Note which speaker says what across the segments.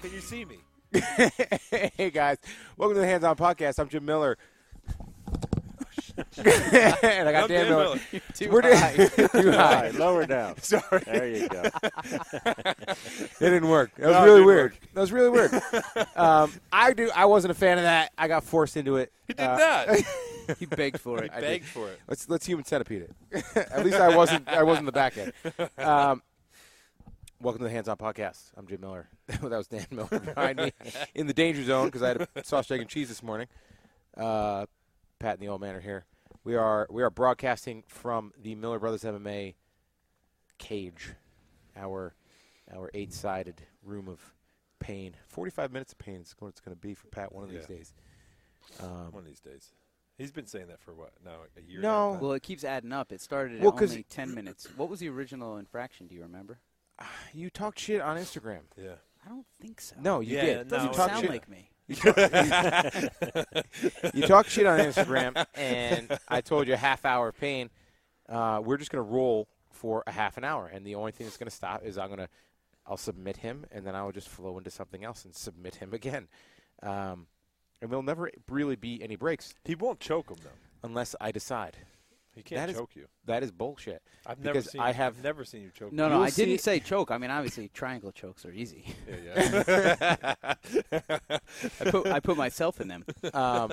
Speaker 1: Can you see me?
Speaker 2: hey guys, welcome to the Hands On Podcast. I'm Jim Miller, and I got
Speaker 1: I'm Dan
Speaker 2: Dan Miller.
Speaker 1: Miller.
Speaker 3: Too
Speaker 2: We're doing-
Speaker 3: high.
Speaker 2: too high.
Speaker 4: All right, lower down.
Speaker 2: Sorry, it
Speaker 4: There you go.
Speaker 2: didn't work. That was
Speaker 1: No, it
Speaker 2: really
Speaker 1: didn't
Speaker 2: weird. That was really weird. um, I do. I wasn't a fan of that. I got forced into it.
Speaker 1: He did
Speaker 2: Uh,
Speaker 1: not.
Speaker 3: you begged for it.
Speaker 2: I did.
Speaker 1: Begged for it.
Speaker 2: Let's let's human centipede it. At least I wasn't. I wasn't the back end. Um, welcome to the Hands On Podcast. I'm Jim Miller. that was Dan Miller behind me in the danger zone because I had a sausage egg and cheese this morning. Uh, Pat and the old man are here. We are we are broadcasting from the Miller Brothers MMA cage, our our eight sided room of pain. Forty five minutes of pain is what it's going to be for Pat one of these
Speaker 1: Yeah.
Speaker 2: days. Um,
Speaker 1: One of these days. He's been saying that for what? Now a year.
Speaker 2: No.
Speaker 1: now?
Speaker 3: Well, it keeps adding up. It started at
Speaker 2: Well, 'cause-
Speaker 3: only 10 minutes. What was the original infraction? Do you remember?
Speaker 2: you talked shit on Instagram.
Speaker 1: Yeah.
Speaker 3: I don't think so.
Speaker 2: No, you
Speaker 1: Yeah,
Speaker 2: did.
Speaker 1: no,
Speaker 3: doesn't
Speaker 2: you
Speaker 1: it
Speaker 2: talked
Speaker 3: sound
Speaker 2: shit.
Speaker 3: like me.
Speaker 2: you talk shit on Instagram, and I told you a half hour of pain. Uh, we're just going to roll for a half an hour, and the only thing that's going to stop is I'm going to I'll submit him, and then I'll just flow into something else and submit him again. Um, and there'll never really be any breaks
Speaker 1: He won't choke him though.
Speaker 2: unless I decide.
Speaker 1: He can't
Speaker 2: That is-
Speaker 1: choke you.
Speaker 2: That is bullshit.
Speaker 1: I've never
Speaker 2: because
Speaker 1: seen.
Speaker 2: I have
Speaker 1: I've never seen you choke.
Speaker 3: No,
Speaker 1: him.
Speaker 3: no,
Speaker 2: You'll
Speaker 3: I
Speaker 2: see-
Speaker 3: didn't say choke. I mean, obviously, triangle chokes are easy.
Speaker 1: Yeah, yeah.
Speaker 3: I put, I put myself in them.
Speaker 2: um,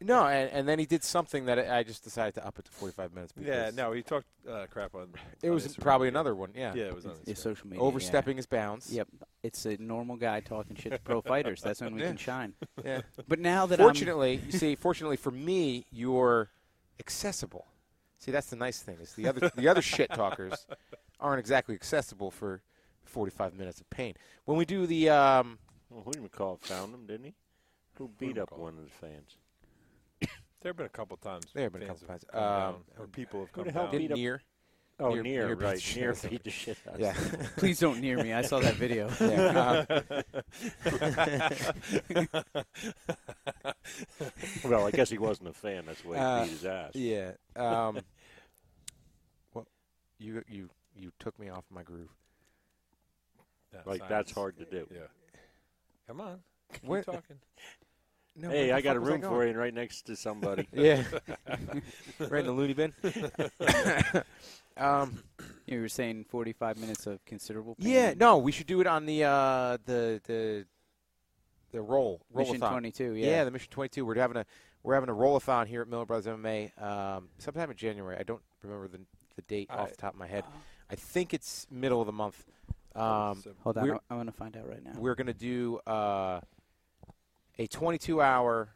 Speaker 2: no, and, and then he did something that I I just decided to up it to 45 minutes.
Speaker 1: yeah.
Speaker 2: because
Speaker 1: No, he talked uh, crap on.
Speaker 2: it
Speaker 1: on
Speaker 2: was
Speaker 1: Instagram.
Speaker 2: probably another one. Yeah,
Speaker 1: Yeah, it was on
Speaker 3: It's
Speaker 1: Instagram.
Speaker 3: social media. yeah.
Speaker 2: overstepping his bounds.
Speaker 3: Yep. It's a normal guy talking shit to pro fighters. That's when we
Speaker 2: Yeah.
Speaker 3: can shine.
Speaker 2: yeah.
Speaker 3: But um, now that I'm.
Speaker 2: fortunately, you see, fortunately for me, you're accessible. See, that's the nice thing is the other the other shit talkers aren't exactly accessible for 45 minutes of pain. When we do the um,
Speaker 4: Well, William McCall found him, didn't he? Who beat
Speaker 1: William
Speaker 4: up
Speaker 1: McCall.
Speaker 4: one of the fans?
Speaker 1: There have been a couple times.
Speaker 2: There have been a
Speaker 1: fans
Speaker 2: couple times.
Speaker 1: come
Speaker 2: Um,
Speaker 1: down, or people have
Speaker 4: who
Speaker 1: come
Speaker 4: the hell
Speaker 1: down.
Speaker 4: beat
Speaker 2: did
Speaker 4: up-
Speaker 2: near,
Speaker 4: Oh,
Speaker 2: Near-
Speaker 4: near,
Speaker 2: near beat the
Speaker 4: right.
Speaker 2: shit
Speaker 4: Near
Speaker 2: out of
Speaker 4: beat the shit out of
Speaker 2: yeah,
Speaker 4: somebody.
Speaker 3: Please don't near me. I saw that video.
Speaker 2: yeah. Um,
Speaker 4: well, I guess he wasn't a fan. That's why he
Speaker 2: Uh,
Speaker 4: beat his ass.
Speaker 2: yeah. Um, well, you you you took me off my groove.
Speaker 1: Yeah,
Speaker 4: Like,
Speaker 1: silence.
Speaker 4: that's hard to do.
Speaker 1: Yeah. Come on. Keep
Speaker 2: What-
Speaker 1: talking.
Speaker 2: No,
Speaker 4: hey, I got a room for you and right next to somebody.
Speaker 2: Yeah, right in the loony bin. um,
Speaker 3: You were saying 45 minutes of considerable pain.
Speaker 2: Yeah, no, we should do it on the uh, the the the roll
Speaker 3: Mission
Speaker 2: rollathon.
Speaker 3: 22,
Speaker 2: yeah. the Mission Twenty Two. We're having a we're having a rollathon here at Miller Brothers MMA um, sometime in January. I don't remember the the date off
Speaker 1: I-
Speaker 2: the top of my head. I think it's middle of the month. Um,
Speaker 1: Oh, So-
Speaker 3: Hold on,
Speaker 2: We're-
Speaker 3: I- I want to find out right now.
Speaker 2: we're gonna do uh, a 22 hour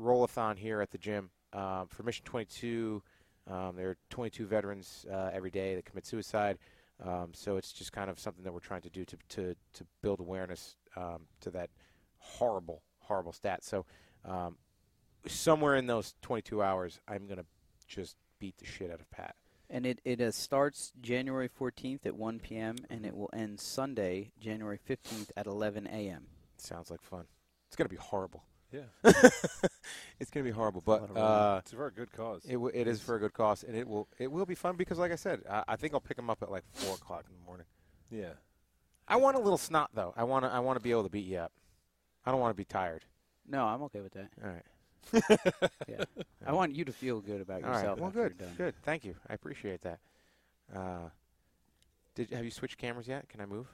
Speaker 2: rollathon here at the gym um, for Mission 22. Um, there are 22 veterans uh, every day that commit suicide, um, so it's just kind of something that we're trying to do to to, to build awareness um, to that horrible, horrible stat. So um, somewhere in those 22 hours, I'm gonna just beat the shit out of Pat.
Speaker 3: And it, it uh, starts January 14th at 1 p.m. and it will end Sunday, January 15th at 11 a.m.
Speaker 2: Sounds like fun. It's gonna be horrible.
Speaker 1: Yeah.
Speaker 2: It's gonna be horrible,
Speaker 3: lot
Speaker 2: but.
Speaker 3: of running.
Speaker 2: Uh,
Speaker 1: It's a very good cause.
Speaker 2: It, w- it is for a good cost, and it will it will be fun because, like I said, I, I think I'll pick him up at like four o'clock in the morning.
Speaker 1: yeah.
Speaker 2: I want a little snot though. I want to I want to be able to beat you up. I don't want to be tired.
Speaker 3: No, I'm okay with that.
Speaker 2: All right,
Speaker 3: Yeah. I want you to feel good about
Speaker 2: all right.
Speaker 3: yourself.
Speaker 2: Well,
Speaker 3: after you're
Speaker 2: good,
Speaker 3: done.
Speaker 2: good. Thank you. I appreciate that. Uh, did have you switched cameras yet? Can I move?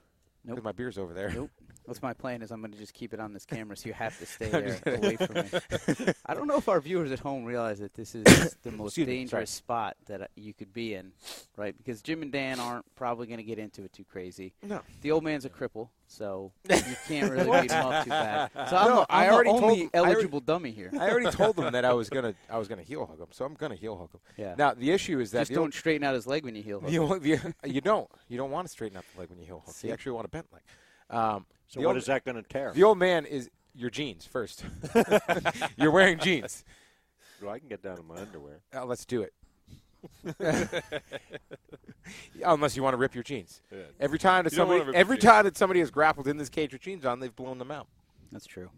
Speaker 2: 'Cause
Speaker 3: Nope.
Speaker 2: My beer's over there.
Speaker 3: Nope. What's my plan is I'm going to just keep it on this camera so you have to stay
Speaker 2: I'm just
Speaker 3: there away from me. I don't know if our viewers at home realize that this is the most
Speaker 2: Excuse me, sorry.
Speaker 3: dangerous spot that uh, you could be in, right? Because Jim and Dan aren't probably going to get into it too crazy.
Speaker 2: No.
Speaker 3: The old man's a cripple, so you can't really beat him up too bad. So I'm,
Speaker 2: No,
Speaker 3: the,
Speaker 2: I
Speaker 3: I'm the
Speaker 2: already told-
Speaker 3: only
Speaker 2: I already-
Speaker 3: eligible dummy here.
Speaker 2: I already told them that I was gonna I was gonna heel hook him, so I'm gonna heel hook him.
Speaker 3: Yeah.
Speaker 2: Now the issue is that
Speaker 3: Just
Speaker 2: the
Speaker 3: don't
Speaker 2: only-
Speaker 3: straighten out his leg when you heel hook.
Speaker 2: the only- the- you don't you don't want to straighten up the leg when you heel hook.
Speaker 3: See?
Speaker 2: You actually want a bent leg. Um,
Speaker 4: So
Speaker 2: the
Speaker 4: what
Speaker 2: only-
Speaker 4: is that going to tear?
Speaker 2: The old man is your jeans first. You're wearing jeans.
Speaker 4: Well, I can get down in my underwear.
Speaker 2: Uh, let's do it. Unless you want to rip your jeans.
Speaker 1: Yeah.
Speaker 2: Every time that
Speaker 1: You don't wanna
Speaker 2: somebody,
Speaker 1: rip your
Speaker 2: every
Speaker 1: jeans.
Speaker 2: time that somebody has grappled in this cage with jeans on, they've blown them out.
Speaker 3: That's true.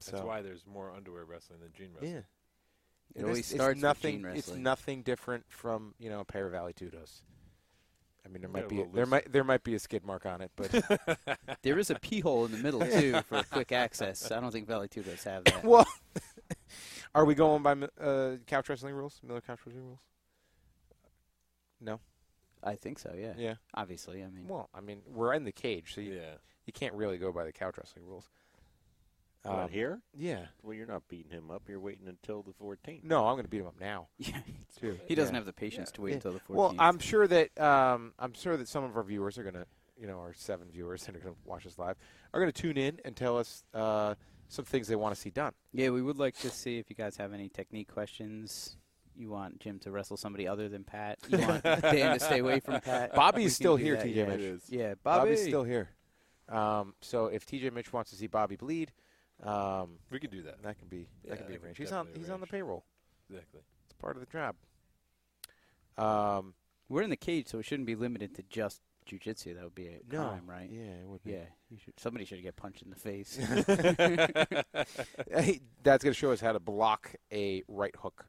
Speaker 2: So
Speaker 1: That's why there's more underwear wrestling than jean wrestling.
Speaker 2: yeah,
Speaker 3: It
Speaker 2: And
Speaker 3: always
Speaker 2: it's,
Speaker 3: starts
Speaker 2: it's nothing.
Speaker 3: with gene
Speaker 2: it's
Speaker 3: wrestling.
Speaker 2: nothing different from you know a pair of Valley Tudos. I mean, there
Speaker 1: Got a
Speaker 2: might be
Speaker 1: little
Speaker 2: there
Speaker 1: loose.
Speaker 2: might there might be a skid mark on it, but
Speaker 3: There is a pee hole in the middle too for quick access. I don't think Valley Two does have that.
Speaker 2: well, are we going by uh, couch wrestling rules? Miller couch wrestling rules? No.
Speaker 3: I think so. Yeah.
Speaker 2: Yeah.
Speaker 3: Obviously, I mean,
Speaker 2: Well, I mean, we're in the cage, so you,
Speaker 1: yeah.
Speaker 2: you can't really go by the couch wrestling rules.
Speaker 4: What,
Speaker 2: Um,
Speaker 4: here?
Speaker 2: Yeah.
Speaker 4: Well, you're not beating him up. You're waiting until the 14th.
Speaker 2: No, I'm going to beat him up now.
Speaker 3: yeah.
Speaker 2: Too.
Speaker 3: he doesn't
Speaker 2: Yeah.
Speaker 3: have the patience
Speaker 2: Yeah.
Speaker 3: to wait
Speaker 2: Yeah.
Speaker 3: until the 14th.
Speaker 2: Well, I'm sure that um, I'm sure that some of our viewers are gonna, you know, our seven viewers that are gonna watch us live are gonna tune in and tell us uh, some things they want to see done.
Speaker 3: yeah, we would like to see if you guys have any technique questions. You want Jim to wrestle somebody other than Pat? You want Dan to stay away from Pat?
Speaker 2: Bobby's
Speaker 3: We can
Speaker 2: still
Speaker 3: do
Speaker 2: here,
Speaker 3: that,
Speaker 2: TJ
Speaker 3: yeah.
Speaker 2: Mitch.
Speaker 3: Yeah, Bobby.
Speaker 2: Bobby's still here. Um, so if TJ Mitch wants to see Bobby bleed, um,
Speaker 1: We could do that.
Speaker 2: that can be
Speaker 1: Yeah,
Speaker 2: that can
Speaker 1: that
Speaker 2: be
Speaker 1: can
Speaker 2: arranged. He's on
Speaker 1: definitely
Speaker 2: he's on the
Speaker 1: arrange.
Speaker 2: payroll.
Speaker 1: Exactly.
Speaker 2: It's part of the job. Um,
Speaker 3: We're in the cage, so it shouldn't be limited to just jujitsu. That would be a
Speaker 2: no,
Speaker 3: crime, right?
Speaker 2: Yeah, it would be.
Speaker 3: Yeah. You should, somebody should get punched in the face.
Speaker 2: That's gonna show us how to block a right hook.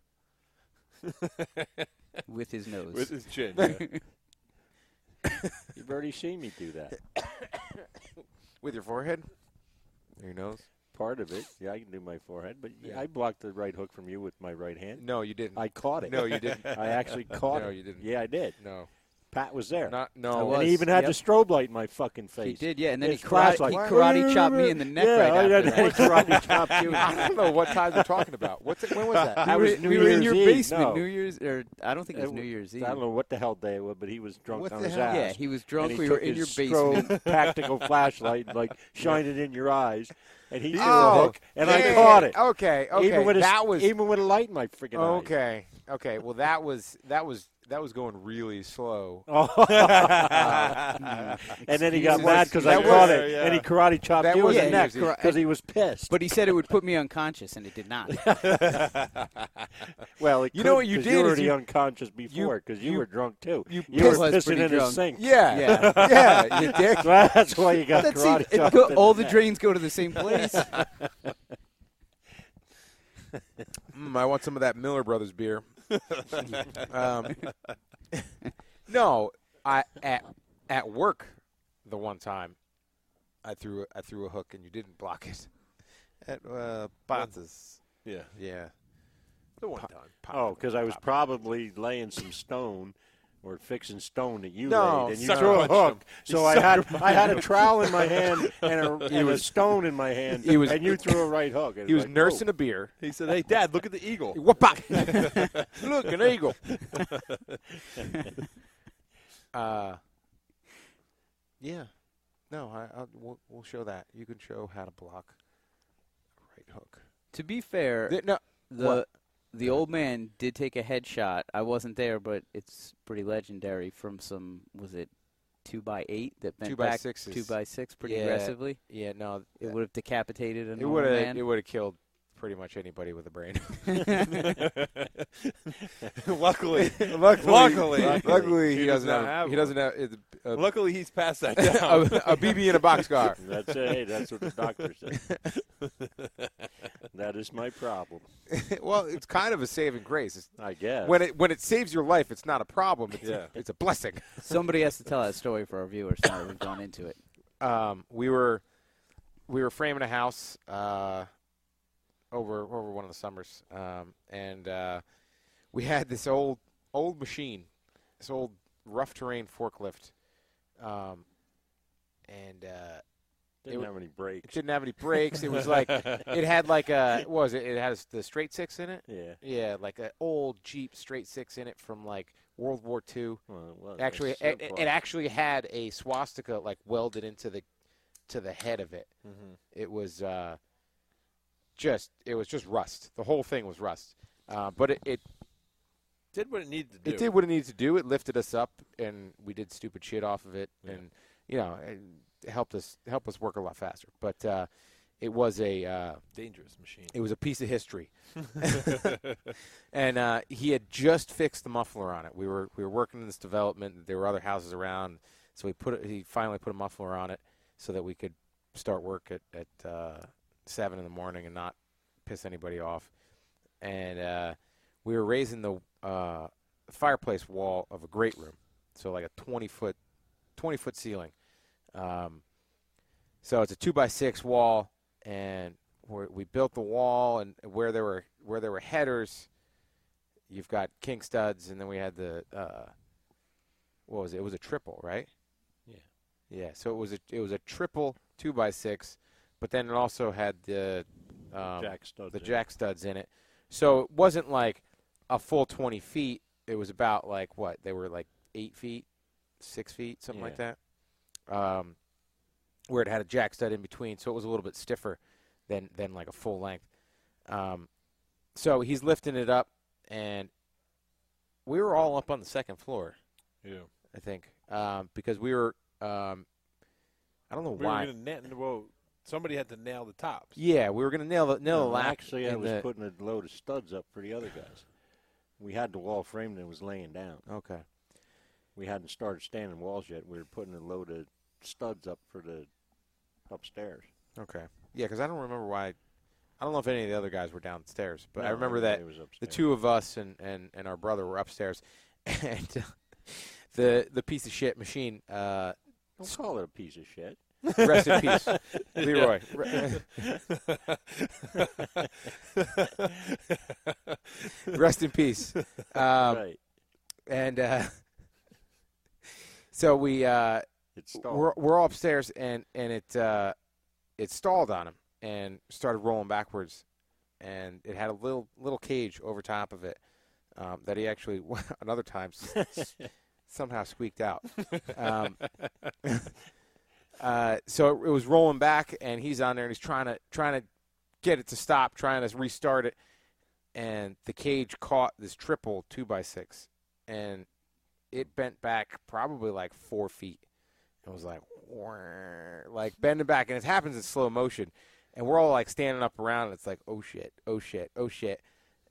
Speaker 3: with his nose.
Speaker 1: With his chin. yeah.
Speaker 4: You've already seen me do that.
Speaker 2: With your forehead, or your nose.
Speaker 4: Part of it. Yeah, I can do my forehead, but
Speaker 2: Yeah.
Speaker 4: I blocked the right hook from you with my right hand.
Speaker 2: No, you didn't.
Speaker 4: I caught it.
Speaker 2: no, you didn't.
Speaker 4: I actually caught
Speaker 2: No,
Speaker 4: it.
Speaker 2: you didn't.
Speaker 4: Yeah, I did.
Speaker 2: No,
Speaker 4: Pat was there.
Speaker 2: not
Speaker 3: I
Speaker 2: no. uh,
Speaker 3: was.
Speaker 4: and he even had
Speaker 3: yep.
Speaker 4: the strobe light in my fucking face.
Speaker 3: he did, yeah, and then he
Speaker 4: His flash
Speaker 3: karate,
Speaker 4: like-
Speaker 3: he karate chopped me in the neck
Speaker 4: yeah,
Speaker 3: right
Speaker 4: I,
Speaker 3: after
Speaker 4: I,
Speaker 3: that.
Speaker 4: I karate chopped you.
Speaker 2: I don't know what time you're talking about. What's it, when was that?
Speaker 4: I
Speaker 3: we
Speaker 4: was
Speaker 3: were,
Speaker 4: New
Speaker 3: we were in
Speaker 4: Year's
Speaker 3: your
Speaker 4: Eve,
Speaker 3: basement
Speaker 4: no.
Speaker 3: New Year's or I don't think it was
Speaker 4: It
Speaker 3: New
Speaker 4: w-
Speaker 3: Year's
Speaker 4: I
Speaker 3: Eve.
Speaker 4: don't know what the hell day it was, but he was drunk
Speaker 2: What
Speaker 4: on
Speaker 2: the
Speaker 4: his
Speaker 2: hell?
Speaker 4: ass.
Speaker 3: Yeah, he was drunk.
Speaker 4: and he
Speaker 3: we
Speaker 4: took
Speaker 3: were in your
Speaker 4: his
Speaker 3: basement.
Speaker 4: strobe tactical flashlight, and, like shine it in your eyes, and he threw
Speaker 2: Oh,
Speaker 4: a hook, and
Speaker 2: yeah,
Speaker 4: I caught it.
Speaker 2: Okay,
Speaker 3: Oh,
Speaker 2: okay.
Speaker 4: even with a,
Speaker 2: that was
Speaker 4: even with a light in my freaking eyes.
Speaker 2: okay, okay. Well, that was that was that was going really slow.
Speaker 4: Oh. and then he got
Speaker 2: Excuses.
Speaker 4: mad because I
Speaker 2: That
Speaker 4: caught
Speaker 1: was-
Speaker 4: it,
Speaker 1: yeah.
Speaker 4: and he karate chopped
Speaker 2: That
Speaker 4: you
Speaker 2: was
Speaker 4: in the
Speaker 3: New
Speaker 4: neck
Speaker 2: Year's Eve.
Speaker 4: because he was pissed.
Speaker 3: But he said it would put me unconscious, and it did not.
Speaker 4: well, it
Speaker 2: You
Speaker 4: could,
Speaker 2: know what you
Speaker 4: 'cause
Speaker 2: did
Speaker 4: You
Speaker 2: is
Speaker 4: were already
Speaker 2: you-
Speaker 4: unconscious before because you,
Speaker 2: you-
Speaker 4: were drunk too.
Speaker 2: you
Speaker 4: were
Speaker 3: pissed- was
Speaker 4: pissing
Speaker 3: pretty
Speaker 4: in
Speaker 3: drunk.
Speaker 4: his sink.
Speaker 2: Yeah, yeah,
Speaker 3: Yeah.
Speaker 2: you dick.
Speaker 4: Well, that's why you got
Speaker 3: That's
Speaker 4: karate
Speaker 3: it. It
Speaker 4: chopped
Speaker 3: go-
Speaker 4: in
Speaker 3: all the
Speaker 4: neck.
Speaker 3: drains go to the same place.
Speaker 2: Mm, I want some of that Miller Brothers beer. um, no, I at at work the one time I threw I threw a hook and you didn't block it at uh, Bonz's.
Speaker 1: yeah.
Speaker 2: Yeah.
Speaker 1: The one time.
Speaker 4: Oh, because I was probably laying some stone or fixing stone that you
Speaker 2: No,
Speaker 4: laid, and you
Speaker 2: sucker
Speaker 4: threw a
Speaker 1: punched
Speaker 4: hook.
Speaker 1: him.
Speaker 4: So I had I had a trowel in my hand and a, and a stone in my hand,
Speaker 2: He was-
Speaker 4: and you threw a right hook.
Speaker 2: He was nursing a beer.
Speaker 1: He said, "Hey, Dad, look at the eagle."
Speaker 2: Whoop-ah. Look, an eagle. uh, yeah. No, I, I'll, we'll, we'll show that. You can show how to block a right hook.
Speaker 3: to be fair,
Speaker 2: Th- no,
Speaker 3: the
Speaker 2: What?
Speaker 3: the old man did take a headshot. I wasn't there, but it's pretty legendary from some was it two by eight that bent
Speaker 2: Two by
Speaker 3: back
Speaker 2: sixes.
Speaker 3: two by six pretty
Speaker 2: Yeah.
Speaker 3: aggressively.
Speaker 2: Yeah, no, uh,
Speaker 3: It would have decapitated an
Speaker 2: it
Speaker 3: old
Speaker 2: would have
Speaker 3: man.
Speaker 2: it would have killed pretty much anybody with a brain.
Speaker 1: luckily,
Speaker 2: luckily,
Speaker 1: Luckily.
Speaker 2: luckily, he,
Speaker 1: He does
Speaker 2: doesn't
Speaker 1: not
Speaker 2: have,
Speaker 1: have
Speaker 2: he
Speaker 1: one.
Speaker 2: doesn't have it's a, a,
Speaker 1: luckily, he's passed that
Speaker 2: a,
Speaker 1: down.
Speaker 2: a BB in a boxcar.
Speaker 4: That's it. Hey, that's what the doctor said. that is my problem,
Speaker 2: well, it's kind of a saving grace. It's,
Speaker 4: I guess.
Speaker 2: when it when it saves your life, it's not a problem. It's,
Speaker 1: Yeah.
Speaker 2: it's a blessing.
Speaker 3: Somebody has to tell that story for our viewers now that we've gone into it.
Speaker 2: um, we were we were framing a house uh, over over one of the summers, um, and uh, we had this old old machine, this old rough terrain forklift, um, and uh,
Speaker 4: didn't
Speaker 2: it-
Speaker 4: have any
Speaker 2: it
Speaker 4: brakes.
Speaker 2: didn't have any brakes. It was like it had like a what was it? It had the straight six in it.
Speaker 4: Yeah.
Speaker 2: Yeah, like an old Jeep straight six in it from like World War II.
Speaker 4: Well, it was.
Speaker 2: Actually,
Speaker 4: It's so
Speaker 2: it, it-
Speaker 4: far.
Speaker 2: it actually had a swastika like welded into the to the head of it. It was uh, just it was just rust. The whole thing was rust. Uh, but it, it
Speaker 1: Did what it needed to do.
Speaker 2: it did what it needed to do. It lifted us up, and we did stupid shit off of it,
Speaker 1: Yeah.
Speaker 2: and you know, it helped us help us work a lot faster. But uh, it was a uh,
Speaker 1: Dangerous machine.
Speaker 2: it was a piece of history. and uh, he had just fixed the muffler on it. We were we were working in this development. There were other houses around, so he put a- he finally put a muffler on it so that we could start work at at uh, seven in the morning and not piss anybody off. And uh, we were raising the uh, fireplace wall of a great room. so like a 20 foot, 20 foot ceiling. Um, so it's a two by six wall, and we we built the wall, and where there were where there were headers, you've got king studs, and then we had the uh, what was it? It was a triple, right?
Speaker 4: Yeah.
Speaker 2: Yeah. So it was a it was a triple two by six, but then it also had the um,
Speaker 4: Jack studs.
Speaker 2: the
Speaker 4: in.
Speaker 2: jack studs in it. So it wasn't like a full 20 feet. It was about like what? They were like eight feet, six feet, something like that. Um, where it had a jack stud in between, so it was a little bit stiffer than than like a full length. Um, so he's lifting it up, and we were all up on the second floor,
Speaker 1: Yeah.
Speaker 2: I think, um, because we were. Um, I don't know
Speaker 1: We
Speaker 2: why.
Speaker 1: were going to net. Well, somebody had to nail the tops.
Speaker 2: yeah, we were gonna nail the nail the
Speaker 4: No,
Speaker 2: lack
Speaker 4: actually, I
Speaker 2: in
Speaker 4: was
Speaker 2: the-
Speaker 4: putting a load of studs up for the other guys. We had the wall framed and it was laying down.
Speaker 2: okay.
Speaker 4: We hadn't started standing walls yet. We were putting a load of studs up for the upstairs.
Speaker 2: Okay. Yeah, because I don't remember why. I don't know if any of the other guys were downstairs, but I
Speaker 4: No,
Speaker 2: remember that
Speaker 4: everybody was
Speaker 2: the
Speaker 4: upstairs.
Speaker 2: two of us and, and, and our brother were upstairs, and uh, the the piece of shit machine. Uh,
Speaker 4: Don't call it a piece of shit.
Speaker 2: rest in peace, Leroy. Re- rest in peace. Um,
Speaker 4: right.
Speaker 2: And uh, so we. Uh,
Speaker 4: It's
Speaker 2: we're we're all upstairs and and it uh, it stalled on him and started rolling backwards, and it had a little little cage over top of it um, that he actually another time s- s- somehow squeaked out. Um, uh, so it, it was rolling back, and he's on there and he's trying to trying to get it to stop, trying to restart it, and the cage caught this triple two by six, and it bent back probably like four feet. It was like, "Wah," like bending back, and it happens in slow motion, and we're all like standing up around, and it's like, oh shit, oh shit, oh shit,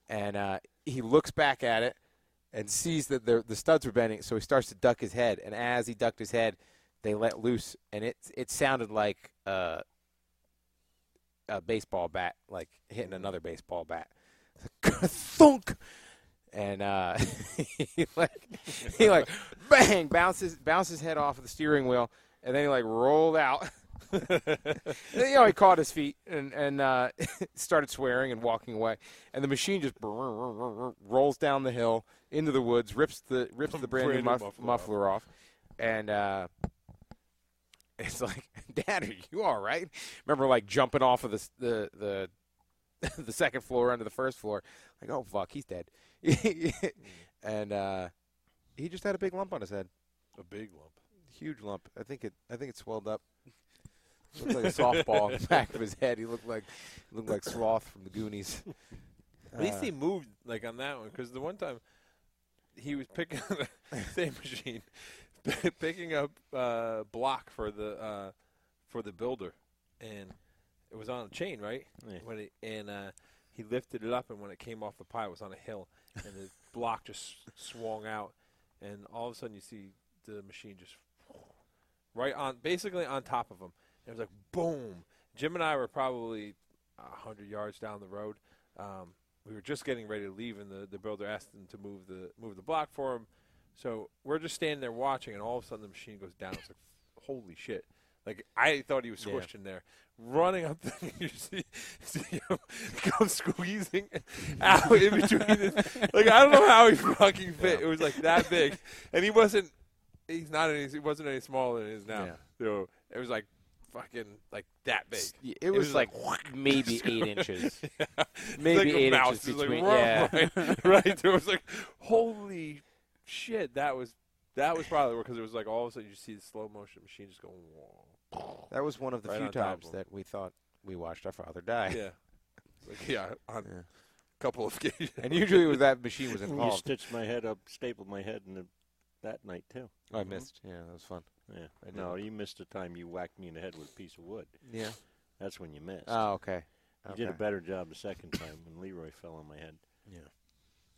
Speaker 2: and uh, he looks back at it and sees that the the studs were bending, so he starts to duck his head, and as he ducked his head, they let loose, and it it sounded like uh, a baseball bat, like hitting another baseball bat, thunk, and uh, he like he like bang bounces bounces his head off of the steering wheel, and then he like rolled out. Then, you know, he caught his feet and and uh, started swearing and walking away. And the machine just rolls down the hill into the woods, rips the rips the brand, new,
Speaker 1: Brand new
Speaker 2: muff,
Speaker 1: muffler off.
Speaker 2: muffler off, and uh, it's like, Dad, are you all right? Remember, like jumping off of the s- the the the second floor onto the first floor. Like, oh fuck, he's dead. and uh, he just had a big lump on his head,
Speaker 1: A big lump.
Speaker 2: huge lump. I think it, I think it swelled up. Looked like a softball in the back of his head. He looked like, looked like sloth from the Goonies.
Speaker 1: At least
Speaker 2: Uh,
Speaker 1: he moved like on that one because the one time he was picking the same machine, picking up uh, block for the uh, for the builder, and it was on a chain, right?
Speaker 4: Yeah.
Speaker 1: When it, and uh, he lifted it up, and when it came off the pile, it was on a hill, and the block just swung out, and all of a sudden you see the machine just right on, basically on top of him. It was like boom. Jim and I were probably a hundred yards down the road. Um, we were just getting ready to leave, and the, the builder asked him to move the move the block for him. So we're just standing there watching, and all of a sudden the machine goes down. It's like, holy shit! Like I thought he was
Speaker 2: Yeah.
Speaker 1: squished in there, running up. The, you see, see him come squeezing out in between. The, like I don't know how he fucking fit. It was like that big, and he wasn't. He's not any. He wasn't any smaller than he is now.
Speaker 2: Yeah.
Speaker 1: So it was like fucking like that big.
Speaker 2: It,
Speaker 1: was
Speaker 2: was, like maybe eight inches. Maybe
Speaker 1: like a
Speaker 2: eight
Speaker 1: mouse.
Speaker 2: inches
Speaker 1: It's like,
Speaker 2: between.
Speaker 1: "Ruh,"
Speaker 2: yeah.
Speaker 1: right, right. There was like, holy shit, that was that was probably because it was like all of a sudden you see the slow motion machine just going. Whoa.
Speaker 2: That was one of the
Speaker 1: Right
Speaker 2: few
Speaker 1: on top of
Speaker 2: times
Speaker 1: him.
Speaker 2: that we thought we watched our father die.
Speaker 1: Yeah, It's like yeah, on
Speaker 2: Yeah.
Speaker 1: a couple of occasions.
Speaker 2: And usually when that machine was
Speaker 4: You
Speaker 2: involved.
Speaker 4: stitched my head up, stapled my head, in the, that night too.
Speaker 2: Oh, I missed.
Speaker 1: Mm-hmm.
Speaker 2: Yeah, that was fun.
Speaker 4: Yeah.
Speaker 2: I
Speaker 4: No, you missed the time you whacked me in the head with a piece of wood.
Speaker 2: Yeah.
Speaker 4: That's when you missed.
Speaker 2: Oh, okay.
Speaker 4: You did a
Speaker 2: Okay.
Speaker 4: better job the second time when Leroy fell on my head.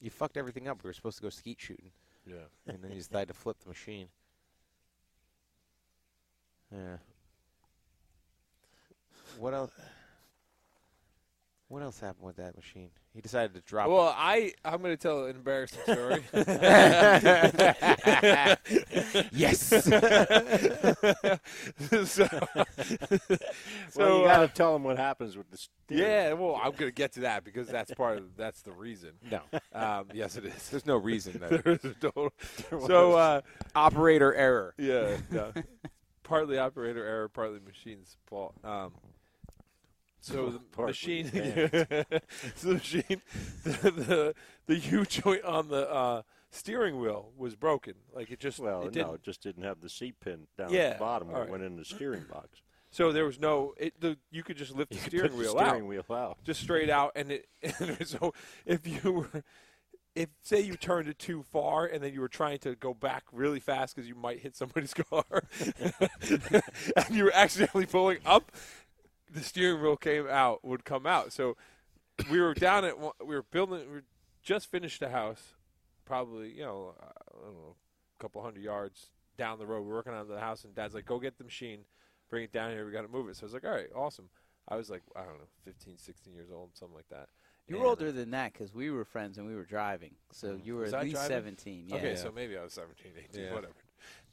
Speaker 2: You fucked everything up. We were supposed to go skeet shooting.
Speaker 1: Yeah,
Speaker 2: and then you decided to flip the machine. Yeah. What else? What else happened with that machine? He decided to drop. it.
Speaker 1: Well, I I'm going to tell an embarrassing story.
Speaker 2: yes.
Speaker 1: so,
Speaker 4: well,
Speaker 1: so,
Speaker 4: you got to
Speaker 1: uh,
Speaker 4: tell them what happens with the steering.
Speaker 1: yeah, well, I'm going to get to that because that's part of that's the reason.
Speaker 2: no,
Speaker 1: Um, yes, it is.
Speaker 2: there's no reason. That
Speaker 1: There is a total- so uh,
Speaker 2: operator error.
Speaker 1: yeah, no. partly operator error, partly machine's fault. Um, so the
Speaker 4: Partly
Speaker 1: machine,
Speaker 4: advanced.
Speaker 1: so the machine, the, the the U joint on the uh, steering wheel was broken. Like it just
Speaker 4: Well,
Speaker 1: it
Speaker 4: no,
Speaker 1: didn't.
Speaker 4: it just didn't have the seat pin down at
Speaker 1: Yeah,
Speaker 4: the bottom.
Speaker 1: all
Speaker 4: It
Speaker 1: right.
Speaker 4: went in the steering box.
Speaker 1: So there was no. It, the, you could just lift the
Speaker 4: You could
Speaker 1: steering
Speaker 4: put
Speaker 1: wheel
Speaker 4: the steering
Speaker 1: out,
Speaker 4: wheel out.
Speaker 1: just straight out, and it. And so if you were, if say you turned it too far, and then you were trying to go back really fast because you might hit somebody's car, and you were accidentally pulling up, the steering wheel came out would come out. So we were down at one- we were building we were just finished the house, probably you know uh, I don't know a couple hundred yards down the road. We're working on the house, and Dad's like, "Go get the machine, bring it down here. We got to move it." So I was like, "All right, awesome." I was like, I don't know, 15, 16 years old, something like that.
Speaker 3: You
Speaker 1: And-
Speaker 3: were older than that because we were friends and we were driving. So
Speaker 2: Mm.
Speaker 3: you were
Speaker 1: Was
Speaker 3: at
Speaker 1: I
Speaker 3: least
Speaker 1: driving?
Speaker 3: 17. Yeah.
Speaker 1: Okay, so maybe I was 17, 18,
Speaker 2: Yeah.
Speaker 1: whatever.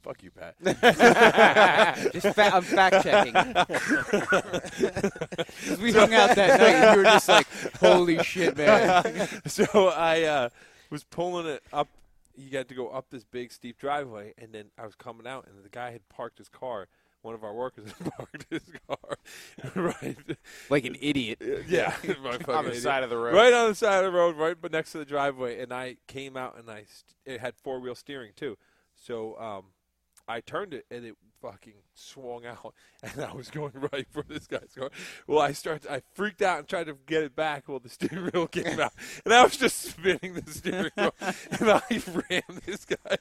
Speaker 1: Fuck you, Pat.
Speaker 3: Just fa- I'm fact checking. 'Cause we hung out that night and you were just like, holy shit, man.
Speaker 1: so I uh, was pulling it up. You got to go up this big steep driveway, and then I was coming out, and the guy had parked his car. One of our workers had parked his car, right?
Speaker 3: Like an idiot.
Speaker 1: Yeah, my fucking
Speaker 2: on the
Speaker 1: idiot.
Speaker 2: side of the road.
Speaker 1: right on the side of the road, right, but next to the driveway. And I came out, and I st- it had four wheel steering too, so um, I turned it, and it fucking swung out, and I was going right for this guy's car. Well, I start, I freaked out and tried to get it back. Well, the steering wheel came out, and I was just spinning the steering wheel, and I ran this guy,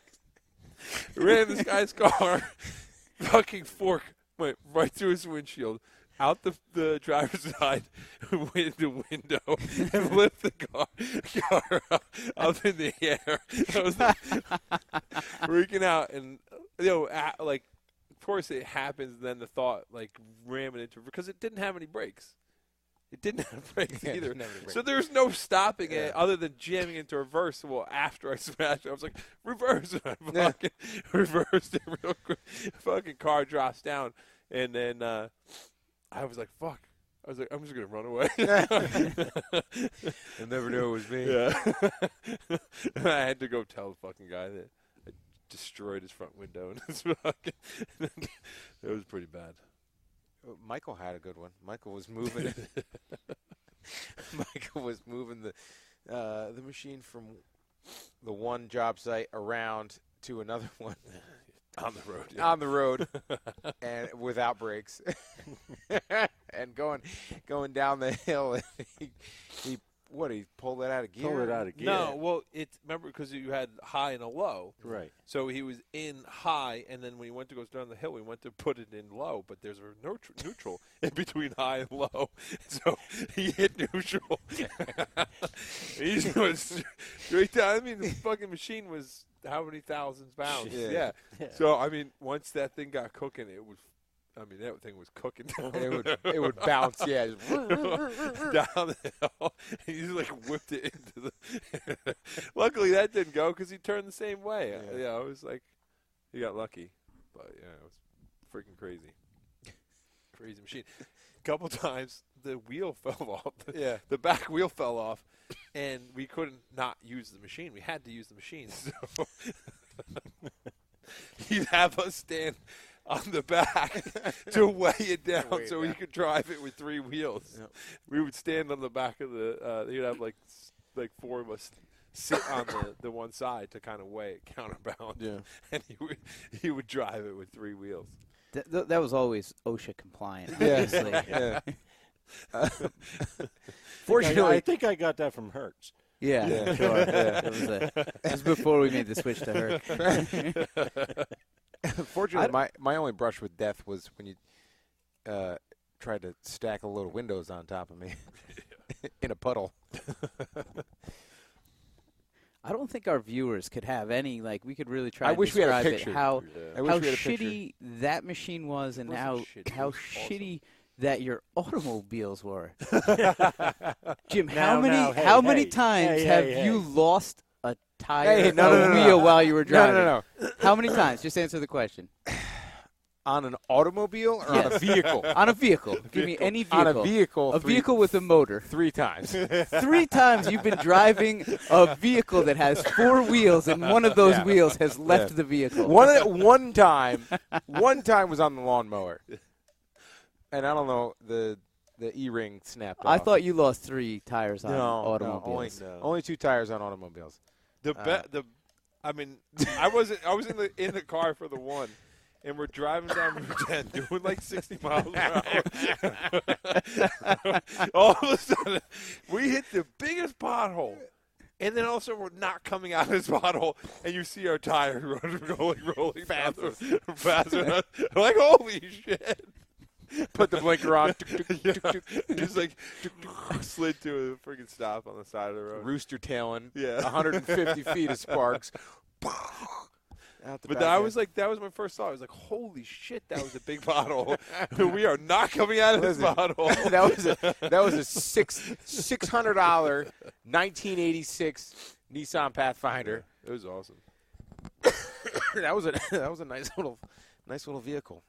Speaker 1: ran this guy's car, fucking fork went right through his windshield. Out the, the driver's side, went the window, and lift the car, car up, up in the air. I was like, freaking out, and you know, a like, of course it happens. Then the thought, like, ramming into because it didn't have any brakes. It didn't have brakes
Speaker 2: Yeah, it
Speaker 1: either.
Speaker 2: didn't have any brakes.
Speaker 1: So there was no stopping it other than jamming into reverse. Well, after I smashed, it, I was like, reverse. And I
Speaker 2: Yeah.
Speaker 1: fucking reversed it real quick. Fucking car drops down, and then uh, I was like, fuck. I was like, I'm just gonna run away.
Speaker 2: You'll never know it was me.
Speaker 1: Yeah. And I had to go tell the fucking guy that I destroyed his front window and his fucking. it was pretty bad.
Speaker 2: Uh, Michael had a good one. Michael was moving. Michael was moving the uh, the machine from the one job site around to another one
Speaker 1: On the road.
Speaker 2: on the road and without brakes, and going going down the hill. And he, he what he pulled it out of gear.
Speaker 4: Pull it out again.
Speaker 1: No, well, it's remember because you had high and a low.
Speaker 4: Right.
Speaker 1: So he was in high, and then when he went to go down the hill, we went to put it in low, but there's a neutral, neutral in between high and low. So he hit neutral. he just went straight down. I mean, the fucking machine was how many thousands pounds?
Speaker 2: Yeah.
Speaker 4: Yeah.
Speaker 1: So I mean, once that thing got cooking, it was. I mean, that thing was cooking down,
Speaker 2: And it would it would bounce. Yeah. just-
Speaker 1: down the hill. And he just like whipped it into the. Luckily, that didn't go because he turned the same way.
Speaker 2: Yeah.
Speaker 1: Yeah, I was like, he got lucky, but yeah, it was freaking crazy, crazy machine. couple times the wheel fell off. The,
Speaker 2: Yeah.
Speaker 1: the back wheel fell off, and we couldn't not use the machine. We had to use the machine, so he'd have us stand on the back to weigh it down
Speaker 2: Weigh it
Speaker 1: so
Speaker 2: down.
Speaker 1: he could drive it with three wheels.
Speaker 2: Yep.
Speaker 1: We would stand on the back of the. Uh, he'd have like s- like four of us sit on the, the one side to kind of weigh it, counterbalance.
Speaker 2: Yeah.
Speaker 1: and he would he would drive it with three wheels.
Speaker 3: Th- th- that was always OSHA compliant,
Speaker 2: Yeah.
Speaker 3: obviously.
Speaker 2: yeah.
Speaker 4: Fortunately, I,
Speaker 3: Fortunately,
Speaker 4: think I got that from Hertz.
Speaker 3: yeah,
Speaker 2: Yeah.
Speaker 3: sure. It was, a, it was before we made the switch to her.
Speaker 2: Fortunately, my, my only brush with death was when you uh, tried to stack a load of windows on top of me in a puddle.
Speaker 3: I don't think our viewers could have any like we could really try.
Speaker 2: I
Speaker 3: and
Speaker 2: wish we had a
Speaker 3: describe it,
Speaker 2: picture.
Speaker 3: how
Speaker 2: I wish
Speaker 3: how
Speaker 2: we had a picture.
Speaker 3: shitty that machine was and
Speaker 1: wasn't
Speaker 3: how
Speaker 1: shitty, it
Speaker 3: how
Speaker 1: was awesome.
Speaker 3: shitty that your automobiles were. Jim,
Speaker 4: Now,
Speaker 3: how many
Speaker 4: now, hey,
Speaker 3: how many
Speaker 4: hey.
Speaker 3: times
Speaker 4: Hey,
Speaker 3: have
Speaker 4: hey,
Speaker 3: you
Speaker 4: hey.
Speaker 3: lost a tire,
Speaker 2: Hey, no,
Speaker 3: a
Speaker 2: no, no, no.
Speaker 3: wheel while you were
Speaker 2: No,
Speaker 3: driving?
Speaker 2: no, no.
Speaker 3: How many times? Just answer the question.
Speaker 2: On an automobile or on a
Speaker 3: Yes.
Speaker 2: vehicle?
Speaker 3: On a vehicle. Give me any vehicle.
Speaker 2: On a vehicle.
Speaker 3: A
Speaker 2: three-
Speaker 3: vehicle with a motor.
Speaker 2: Three times.
Speaker 3: Three times you've been driving a vehicle that has four wheels, and one of those
Speaker 2: Yeah.
Speaker 3: wheels has left the vehicle.
Speaker 2: one one time, one time was on the lawnmower, and I don't know the the e ring snapped.
Speaker 3: I
Speaker 2: off.
Speaker 3: thought you lost three tires on
Speaker 2: no,
Speaker 3: automobiles.
Speaker 2: No, only,
Speaker 4: No.
Speaker 2: only two tires on automobiles.
Speaker 1: The be-
Speaker 2: Uh,
Speaker 1: the I mean, I wasn't. I was in the in the car for the one, and we're driving down Route 10, doing like 60 miles an hour. all of a sudden, we hit the biggest pothole. And then also we're not coming out of this pothole, and you see our tire rolling, rolling, rolling faster, faster. than us. like holy shit!
Speaker 2: Put the blinker on.
Speaker 1: Yeah. Just like slid to a freaking stop on the side of the road.
Speaker 2: Rooster tailing.
Speaker 1: Yeah.
Speaker 2: 150 feet of sparks. Out the
Speaker 1: But
Speaker 2: back
Speaker 1: I
Speaker 2: end.
Speaker 1: was like, that was my first thought. I was like, holy shit, that was a big bottle. we are not coming out of this
Speaker 2: Listen,
Speaker 1: bottle.
Speaker 2: that was a that was a six six hundred dollar 1986 Nissan Pathfinder.
Speaker 1: it was awesome.
Speaker 2: that was a that was a nice little nice little vehicle,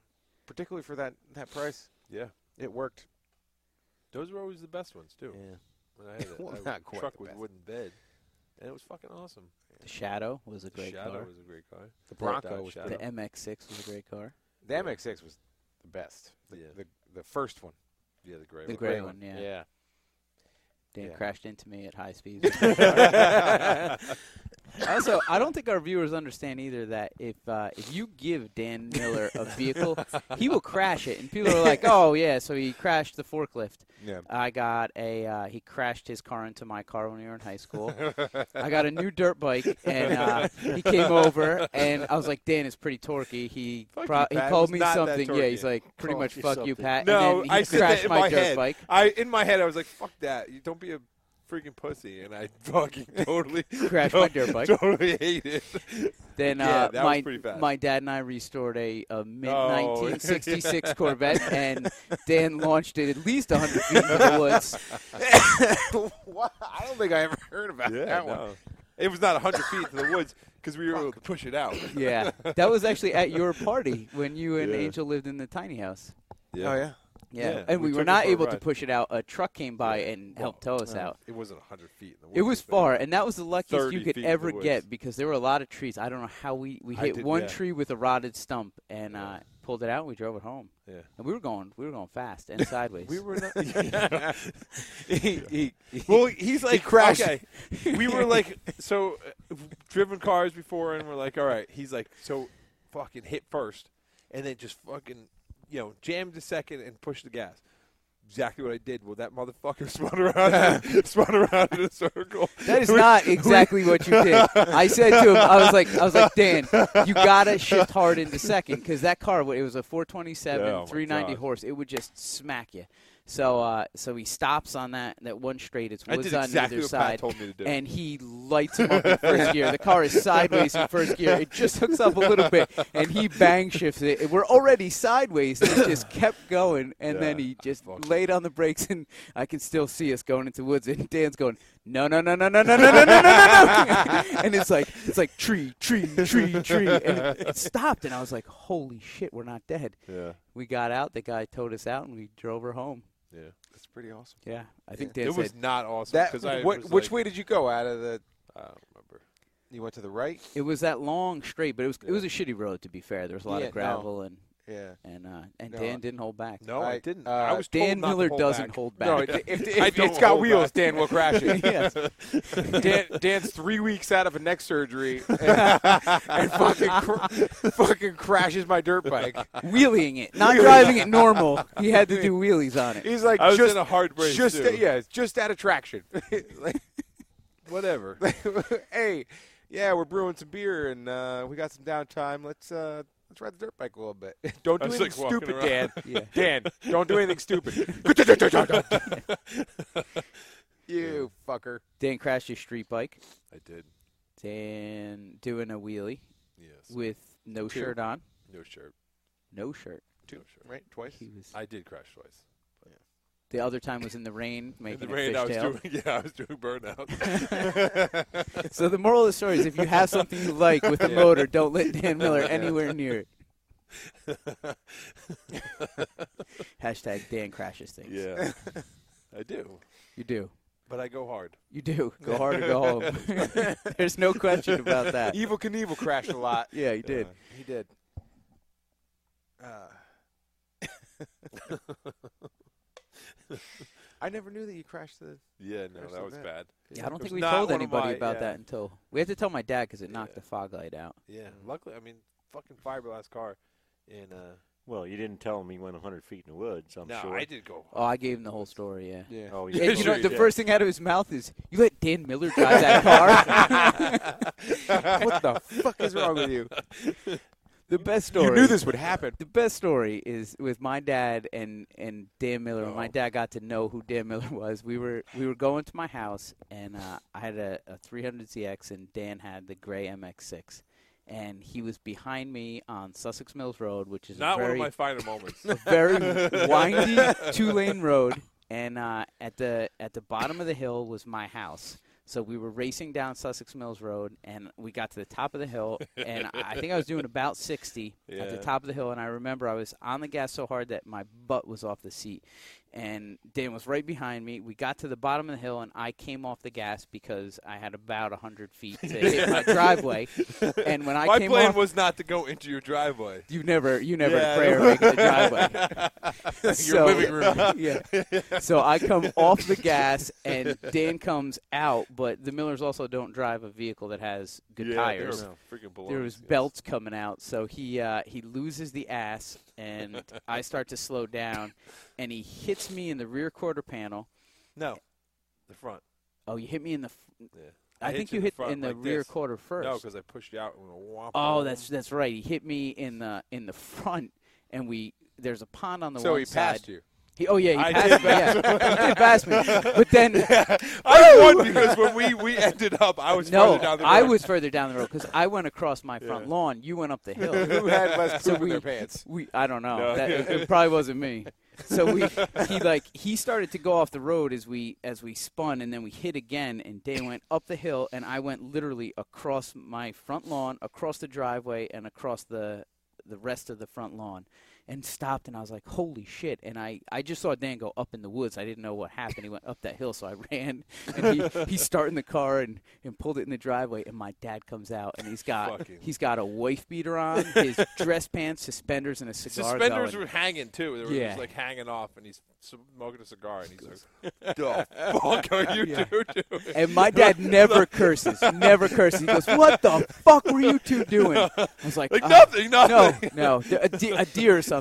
Speaker 2: particularly for that that price.
Speaker 1: Yeah.
Speaker 2: It worked.
Speaker 1: Those were always the best ones, too. When I had a,
Speaker 2: Well,
Speaker 1: a
Speaker 2: not quite
Speaker 1: truck
Speaker 2: the
Speaker 1: with
Speaker 2: best.
Speaker 1: wooden bed. And it was fucking awesome.
Speaker 3: The Shadow was a
Speaker 1: The
Speaker 3: great
Speaker 1: Shadow
Speaker 3: car.
Speaker 1: was a great car.
Speaker 2: The
Speaker 1: Dodge
Speaker 2: Bronco was
Speaker 1: Shadow.
Speaker 3: The MX6 was a great car.
Speaker 2: the MX6 was the best. The,
Speaker 1: Yeah.
Speaker 2: the the first one.
Speaker 1: Yeah, the gray
Speaker 3: The
Speaker 1: one.
Speaker 3: gray one, yeah.
Speaker 2: Yeah.
Speaker 3: Dan
Speaker 2: Yeah.
Speaker 3: crashed into me at high speeds. also, I don't think our viewers understand either that if uh, if you give Dan Miller a vehicle, he will crash it, and people are like, "Oh yeah, so he crashed the forklift."
Speaker 2: Yeah.
Speaker 3: I got a uh, he crashed his car into my car when we were in high school. I got a new dirt bike, and uh, he came over, and I was like, "Dan is pretty torquey." He
Speaker 1: Fuck
Speaker 3: pro-
Speaker 1: you,
Speaker 3: he
Speaker 1: Pat. It was
Speaker 3: called me
Speaker 1: not that
Speaker 3: something. Yeah,
Speaker 1: torquey.
Speaker 3: he's like, "Pretty
Speaker 4: Called
Speaker 3: much,
Speaker 4: you
Speaker 3: fuck you,
Speaker 4: something.
Speaker 3: Pat."
Speaker 1: No,
Speaker 3: and then he
Speaker 1: I said that
Speaker 3: crashed
Speaker 1: in
Speaker 3: my,
Speaker 1: my
Speaker 3: dirt
Speaker 1: head.
Speaker 3: bike.
Speaker 1: I in my head I was like, "Fuck that! You don't be a freaking pussy." And I fucking totally
Speaker 3: Crashed my dirt bike.
Speaker 1: Totally hate it.
Speaker 3: Then
Speaker 1: Yeah,
Speaker 3: uh,
Speaker 1: that was
Speaker 3: my
Speaker 1: pretty bad.
Speaker 3: my dad and I restored a, a mid
Speaker 1: Oh,
Speaker 3: 1966 Corvette, and Dan launched it at least 100 feet into the woods.
Speaker 2: Wow, I don't think I ever heard about
Speaker 1: Yeah,
Speaker 2: that one.
Speaker 1: no. It was not 100 feet to the woods because we were able to push it out.
Speaker 3: Yeah, that was actually at your party when you and
Speaker 1: Yeah.
Speaker 3: Angel lived in the tiny house.
Speaker 2: Oh yeah.
Speaker 3: Yeah,
Speaker 1: Yeah,
Speaker 3: and
Speaker 1: we
Speaker 3: we,
Speaker 1: took
Speaker 3: were
Speaker 1: it
Speaker 3: not
Speaker 1: for a
Speaker 3: able to
Speaker 1: ride. Uh-huh.
Speaker 3: push it out. A truck came by and helped tow us out.
Speaker 1: It wasn't 100 feet in the woods.
Speaker 3: It was
Speaker 1: but-
Speaker 3: far, and that was the luckiest
Speaker 1: 30
Speaker 3: you could
Speaker 1: feet in the
Speaker 3: ever
Speaker 1: woods.
Speaker 3: get because there were a lot of trees. I don't know how we we
Speaker 1: I
Speaker 3: hit
Speaker 1: did-
Speaker 3: one
Speaker 1: yeah.
Speaker 3: tree with a rotted stump and
Speaker 1: Yeah.
Speaker 3: uh, pulled it out. and We drove it home,
Speaker 1: Yeah.
Speaker 3: and we were going we were going fast and sideways.
Speaker 1: We were not.
Speaker 2: He- he- he-
Speaker 1: well, he's like
Speaker 2: crashed.
Speaker 1: Okay, we were like so uh, driven cars before, and we're like, all right. He's like, so fucking hit first, and then just fucking you know jammed the second and pushed the gas. Exactly what I did. Well, that motherfucker spun around, spun around in a circle.
Speaker 3: That is not exactly what you did. I said to him, I was like, I was like, Dan, you gotta shift hard into second because that car, it was a 427,
Speaker 1: Yeah, oh my
Speaker 3: 390
Speaker 1: God.
Speaker 3: horse. It would just smack you. So, uh, so he stops on that that one straight. It's
Speaker 1: I
Speaker 3: woods
Speaker 1: did
Speaker 3: on
Speaker 1: exactly
Speaker 3: either
Speaker 1: what
Speaker 3: side,
Speaker 1: Pat told me to do.
Speaker 3: and he lights him up in first gear. The car is sideways in first gear. It just hooks up a little bit, and he bang shifts it. We're already sideways. And it just kept going, and then
Speaker 1: Yeah,
Speaker 3: he just
Speaker 1: fucked
Speaker 3: laid on the brakes, and I can still see us going into woods. And Dan's going, no, no, no, no, no, no, no, no, no, no, no, and it's like it's like tree, tree, tree, tree, and it, it stopped. And I was like, holy shit, we're not dead.
Speaker 1: yeah,
Speaker 3: We got out. The guy towed us out, and we drove her home.
Speaker 1: yeah.
Speaker 2: That's pretty awesome.
Speaker 3: Yeah, I think Dan
Speaker 1: It
Speaker 3: said
Speaker 1: was not awesome
Speaker 2: That
Speaker 1: because I
Speaker 2: what,
Speaker 1: was
Speaker 2: which
Speaker 1: like,
Speaker 2: way did you go out of the?
Speaker 1: I don't remember.
Speaker 2: You went to the right.
Speaker 3: It was that long straight, but it was
Speaker 1: Yeah.
Speaker 3: it was a shitty road. To be fair, there was a lot
Speaker 2: Yeah, no.
Speaker 3: of gravel and
Speaker 2: Yeah.
Speaker 3: and uh, and
Speaker 2: No, I-
Speaker 3: Dan didn't hold back.
Speaker 1: No, I,
Speaker 2: I-
Speaker 1: didn't.
Speaker 2: uh,
Speaker 1: I was told
Speaker 3: Dan
Speaker 1: not to
Speaker 3: Miller
Speaker 1: hold
Speaker 3: doesn't
Speaker 1: back.
Speaker 3: hold back.
Speaker 2: No, it, if, if,
Speaker 1: I
Speaker 2: if
Speaker 1: don't
Speaker 2: it's got
Speaker 1: hold
Speaker 2: wheels,
Speaker 1: back.
Speaker 2: Dan will crash it.
Speaker 3: yes.
Speaker 2: Dan, Dan's three weeks out of a neck surgery and, and fucking, cr- fucking crashes my dirt bike.
Speaker 3: wheeling it, not driving it normal. He had to do wheelies on it.
Speaker 2: He's like,
Speaker 1: I was
Speaker 2: just,
Speaker 1: in a hard race
Speaker 2: just
Speaker 1: too.
Speaker 2: yeah, it's just out of traction. Like,
Speaker 1: Whatever.
Speaker 2: hey, yeah, we're brewing some beer and uh, we got some downtime. Let's uh, let's ride the dirt bike a little bit. Don't
Speaker 1: I
Speaker 2: do
Speaker 1: was,
Speaker 2: anything
Speaker 1: like, walking
Speaker 2: stupid, Dan.
Speaker 1: around.
Speaker 3: Yeah.
Speaker 2: Dan, don't do anything stupid. you fucker.
Speaker 3: Dan crashed his street bike.
Speaker 1: I did.
Speaker 3: Dan doing a wheelie
Speaker 1: Yes.
Speaker 3: with no
Speaker 2: Two.
Speaker 3: shirt on.
Speaker 1: No shirt.
Speaker 3: No shirt.
Speaker 1: No shirt.
Speaker 2: Right, twice.
Speaker 3: He was.
Speaker 1: I did crash twice.
Speaker 3: The other time was in the rain making
Speaker 1: the
Speaker 3: a
Speaker 1: rain, I was
Speaker 3: fishtail.
Speaker 1: doing yeah, I was doing burnout.
Speaker 3: So the moral of the story is if you have something you like with a
Speaker 1: Yeah.
Speaker 3: motor, don't let Dan Miller anywhere near it. Hashtag Dan crashes things.
Speaker 1: yeah, I do,
Speaker 3: You do.
Speaker 1: but I go hard.
Speaker 3: You do. Go hard or go home. There's no question about that.
Speaker 2: Evil Knievel crashed a lot.
Speaker 3: Yeah, you did.
Speaker 2: He did. Uh. I never knew that you crashed the.
Speaker 1: Yeah, no,
Speaker 2: There's
Speaker 1: that
Speaker 2: no
Speaker 1: was
Speaker 2: bet.
Speaker 1: bad.
Speaker 3: Yeah, I don't
Speaker 1: It
Speaker 3: think
Speaker 1: was
Speaker 3: we
Speaker 1: not
Speaker 3: told
Speaker 1: one of
Speaker 3: anybody
Speaker 1: my-
Speaker 3: about
Speaker 1: yeah.
Speaker 3: that until we had to tell my dad because it knocked
Speaker 1: Yeah.
Speaker 3: the fog light out.
Speaker 1: Yeah,
Speaker 2: Mm.
Speaker 1: luckily, I mean, fucking fiberglass car. And uh,
Speaker 4: Well, you didn't tell him he went 100 feet in the woods. I'm
Speaker 1: no,
Speaker 4: sure.
Speaker 1: I did go.
Speaker 3: Oh, I gave him the whole story. Yeah.
Speaker 2: Yeah.
Speaker 4: Oh,
Speaker 3: And you know,
Speaker 1: sure
Speaker 3: the
Speaker 1: you
Speaker 3: first thing out of his mouth is, "You let Dan Miller drive that car."
Speaker 2: what the fuck is wrong with you?
Speaker 3: the best story.
Speaker 2: You knew this would happen.
Speaker 3: The best story is with my dad and, and Dan Miller. When my
Speaker 1: Oh.
Speaker 3: dad got to know who Dan Miller was, we were we were going to my house, and uh, I had a, a 300ZX, and Dan had the gray MX6, and he was behind me on Sussex Mills Road, which is a
Speaker 1: Not one of
Speaker 3: very
Speaker 1: my finer moments.
Speaker 3: very windy two lane road, and uh, at the at the bottom of the hill was my house. So we were racing down Sussex Mills Road, and we got to the top of the hill, and I think I was doing about sixty at the
Speaker 1: Yeah.
Speaker 3: top of the hill, and I remember I was on the gas so hard that my butt was off the seat, and Dan was right behind me. We got to the bottom of the hill, and I came off the gas because I had about hundred feet to hit my driveway, and when I
Speaker 1: my
Speaker 3: came
Speaker 1: plan
Speaker 3: off,
Speaker 1: was not to go into your driveway.
Speaker 3: you never, you never
Speaker 1: Yeah, I
Speaker 3: prayer
Speaker 1: know.
Speaker 3: make the driveway.
Speaker 1: Your
Speaker 3: So-
Speaker 1: living room.
Speaker 3: yeah. So I come off the gas, and Dan comes out. But the Millers also don't drive a vehicle that has good
Speaker 1: yeah,
Speaker 3: tires.
Speaker 1: They were freaking balloons.
Speaker 3: There was
Speaker 1: yes.
Speaker 3: belts coming out, so he uh, he loses the ass, and I start to slow down, and he hits me in the rear quarter panel.
Speaker 1: No, the front.
Speaker 3: Oh, you hit me in the. F-
Speaker 1: Yeah.
Speaker 3: I,
Speaker 1: hit
Speaker 3: think
Speaker 1: you
Speaker 3: you
Speaker 1: in the
Speaker 3: hit
Speaker 1: front
Speaker 3: in the
Speaker 1: like
Speaker 3: rear
Speaker 1: this.
Speaker 3: quarter first.
Speaker 1: No, because I pushed you out and went womp.
Speaker 3: oh, that's that's right. He hit me in the in the front, and we there's a pond on the
Speaker 2: So
Speaker 3: one
Speaker 2: he
Speaker 3: side.
Speaker 2: passed you.
Speaker 3: He, oh yeah, he
Speaker 1: I
Speaker 3: passed
Speaker 1: did
Speaker 3: me. Yeah, he did pass me. But then
Speaker 1: I won because when we, we ended up, I was
Speaker 3: no,
Speaker 1: further down the road.
Speaker 3: I was further down the road because I went across my front
Speaker 1: Yeah.
Speaker 3: lawn. You went up the hill.
Speaker 2: Who had less
Speaker 3: So
Speaker 2: poop in
Speaker 3: we-
Speaker 2: their pants?
Speaker 3: we, I don't know.
Speaker 1: No.
Speaker 3: That, it, it probably wasn't me. So we, he like he started to go off the road as we as we spun, and then we hit again, and Dan went up the hill, and I went literally across my front lawn, across the driveway, and across the the rest of the front lawn. And stopped, and I was like, "Holy shit!" And I, I just saw Dan go up in the woods. I didn't know what happened. He went up that hill, so I ran. And he, he's starting the car and, and pulled it in the driveway. And my dad comes out, and he's got
Speaker 1: Fucking-
Speaker 3: He's got a wife beater on, his dress pants, suspenders, and a cigar.
Speaker 1: Suspenders
Speaker 3: going.
Speaker 1: were hanging too. They were
Speaker 3: Yeah.
Speaker 1: just like hanging off, and he's smoking a cigar, and he's like, "The fuck are you two doing?"
Speaker 3: and my dad never curses, never curses. He goes, "What the fuck were you two doing?" I was like,
Speaker 1: Like
Speaker 3: "Uh,
Speaker 1: nothing,
Speaker 3: No,
Speaker 1: nothing.
Speaker 3: no, a, de- a deer or something.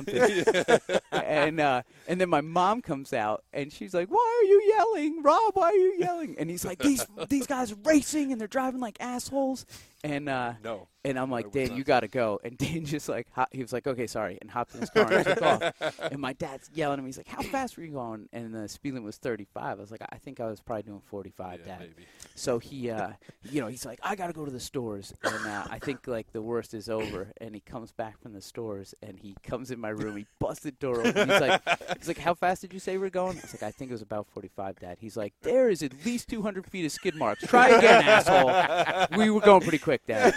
Speaker 3: and uh, and then my mom comes out and she's like, "Why are you yelling, Rob? Why are you yelling?" And he's like, "These these guys are racing and they're driving like assholes." And uh,
Speaker 1: No.
Speaker 3: And I'm
Speaker 1: I
Speaker 3: like,
Speaker 1: was
Speaker 3: Dan,
Speaker 1: not
Speaker 3: you got to go. And Dan just like, hop, he was like, okay, sorry, and hopped in his car and took off. And my dad's yelling at me. He's like, how fast were you going? And the speed limit was 35. I was like, I think I was probably doing 45, Dad.
Speaker 1: maybe.
Speaker 3: So he, uh, you know, he's like, I got to go to the stores. And uh, I think like the worst is over. And he comes back from the stores and he comes in my room. He busts the door open. He's like, he's like, how fast did you say we we're going? I was like, I think it was about 45, Dad. He's like, there is at least 200 feet of skid marks. Try again, asshole. We were going pretty quick, Dad.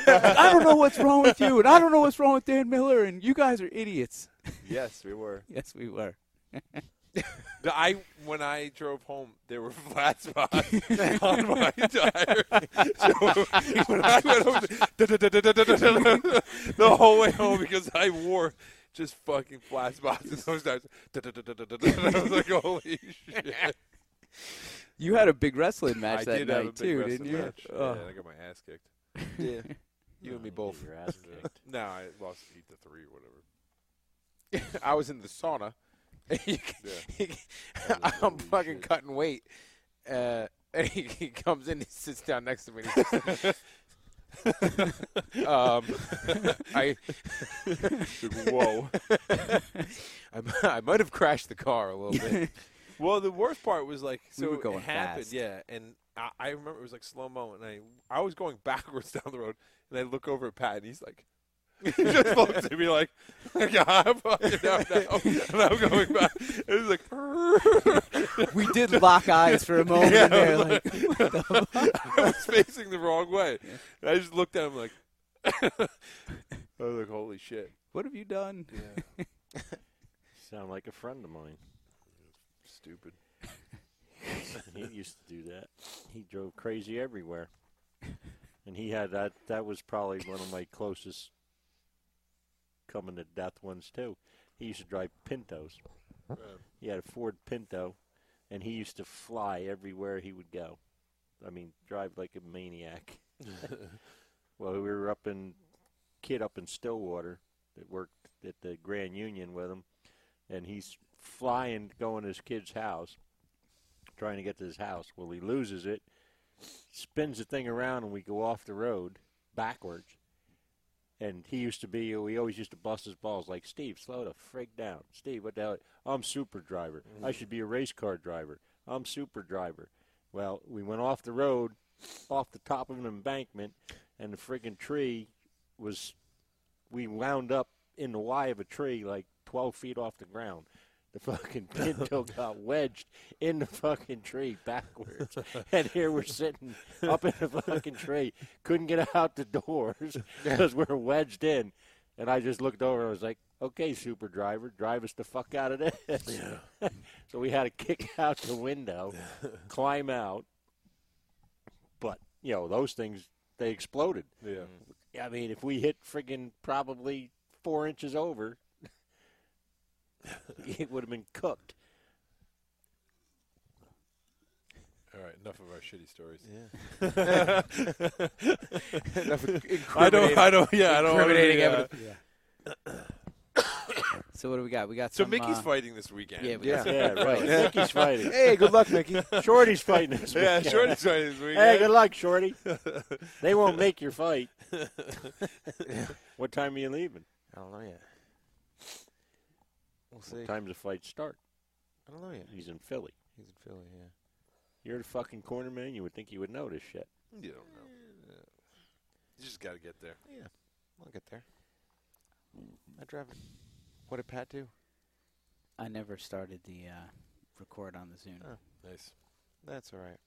Speaker 3: I don't know what's wrong with you, and I don't know what's wrong with Dan Miller, and you guys are idiots.
Speaker 1: Yes, we were.
Speaker 3: Yes, we were.
Speaker 1: The- I when I drove home, there were flat spots on my tire. So when I went over the, the whole way home because I wore just fucking flat spots in those tires. I was like, holy shit!
Speaker 3: You had a big wrestling match
Speaker 1: I
Speaker 3: that
Speaker 1: did
Speaker 3: night
Speaker 1: have a big
Speaker 3: too,
Speaker 1: wrestling
Speaker 3: didn't you?
Speaker 1: match.
Speaker 3: Oh.
Speaker 1: Yeah, and I got my ass kicked.
Speaker 2: Yeah.
Speaker 4: you and me both. Oh, Your ass kicked.
Speaker 1: No, I lost eight to three or whatever.
Speaker 2: I was in the sauna. I'm
Speaker 1: Holy
Speaker 2: fucking
Speaker 1: shit.
Speaker 2: cutting weight. Uh, and he, he comes in, he sits down next to me. And he's just- um, I,
Speaker 1: Whoa.
Speaker 2: I, I might have crashed the car a little bit.
Speaker 1: Well, the worst part was like
Speaker 3: We
Speaker 1: so
Speaker 3: were going
Speaker 1: it happened,
Speaker 3: fast.
Speaker 1: yeah. And I, I remember it was like slow mo, and I I was going backwards down the road, and I look over at Pat, and he's like, He just looked at me like, like I'm fucking out now. And I'm going back. And he's like,
Speaker 3: we did lock eyes for a moment
Speaker 1: Yeah,
Speaker 3: there.
Speaker 1: I'm
Speaker 3: Like, what the fuck?
Speaker 1: I was facing the wrong way. And I just looked at him like, I was like, holy shit.
Speaker 3: What have you done?
Speaker 1: Yeah.
Speaker 4: Sound like a friend of mine.
Speaker 1: Stupid.
Speaker 4: he used to do that. He drove crazy everywhere. And he had that. That was probably one of my closest coming to death ones too. He used to drive Pintos. He had a Ford Pinto, and he used to fly everywhere he would go. I mean, drive like a maniac. well, we were up in kid up in Stillwater that worked at the Grand Union with him, and he's flying going to his kid's house, trying to get to his house. Well, he loses it, spins the thing around, and we go off the road backwards. And he used to be, we always used to bust his balls like, Steve, slow the frig down. Steve, what the hell? I'm super driver. I should be a race car driver. I'm super driver. Well, we went off the road, off the top of an embankment, and the friggin' tree was, we wound up in the Y of a tree like 12 feet off the ground. The fucking pinto got wedged in the fucking tree backwards. and here we're sitting up in the fucking tree. Couldn't get out the doors because we're wedged in. And I just looked over and I was like, okay, super driver, drive us the fuck out of this. so we had to kick out the window, climb out. But, you know, those things, they exploded.
Speaker 1: Yeah.
Speaker 3: Mm.
Speaker 4: I mean, if we hit friggin' probably four inches over, it would have been cooked.
Speaker 1: All right. Enough of our shitty stories.
Speaker 2: Enough incriminating-
Speaker 1: I don't. I don't. Yeah. I don't. wanna be,
Speaker 2: incriminating
Speaker 1: uh,
Speaker 2: evidence.
Speaker 3: So what do we got? We got
Speaker 1: So
Speaker 3: some,
Speaker 1: Mickey's
Speaker 3: uh,
Speaker 1: fighting this weekend.
Speaker 3: Yeah, we
Speaker 2: Yeah.
Speaker 3: got some-
Speaker 4: Yeah, right. Mickey's fighting.
Speaker 2: Hey, good luck, Mickey.
Speaker 4: Shorty's fighting this
Speaker 1: yeah.
Speaker 4: weekend.
Speaker 1: Shorty's fighting this weekend.
Speaker 4: Hey, good luck, Shorty. They won't make your fight. what time are you leaving?
Speaker 2: I don't know yet. We'll see.
Speaker 4: What time does the fight start?
Speaker 2: I don't know yet.
Speaker 4: He's in Philly.
Speaker 2: He's in Philly, yeah.
Speaker 4: You're the fucking corner man. You would think you would know this shit.
Speaker 1: You don't know. You just got to get there.
Speaker 2: I'll get there. I drive it. What did Pat do?
Speaker 3: I never started the uh, record on the Zoom.
Speaker 2: Oh.
Speaker 1: Nice.
Speaker 2: That's all right.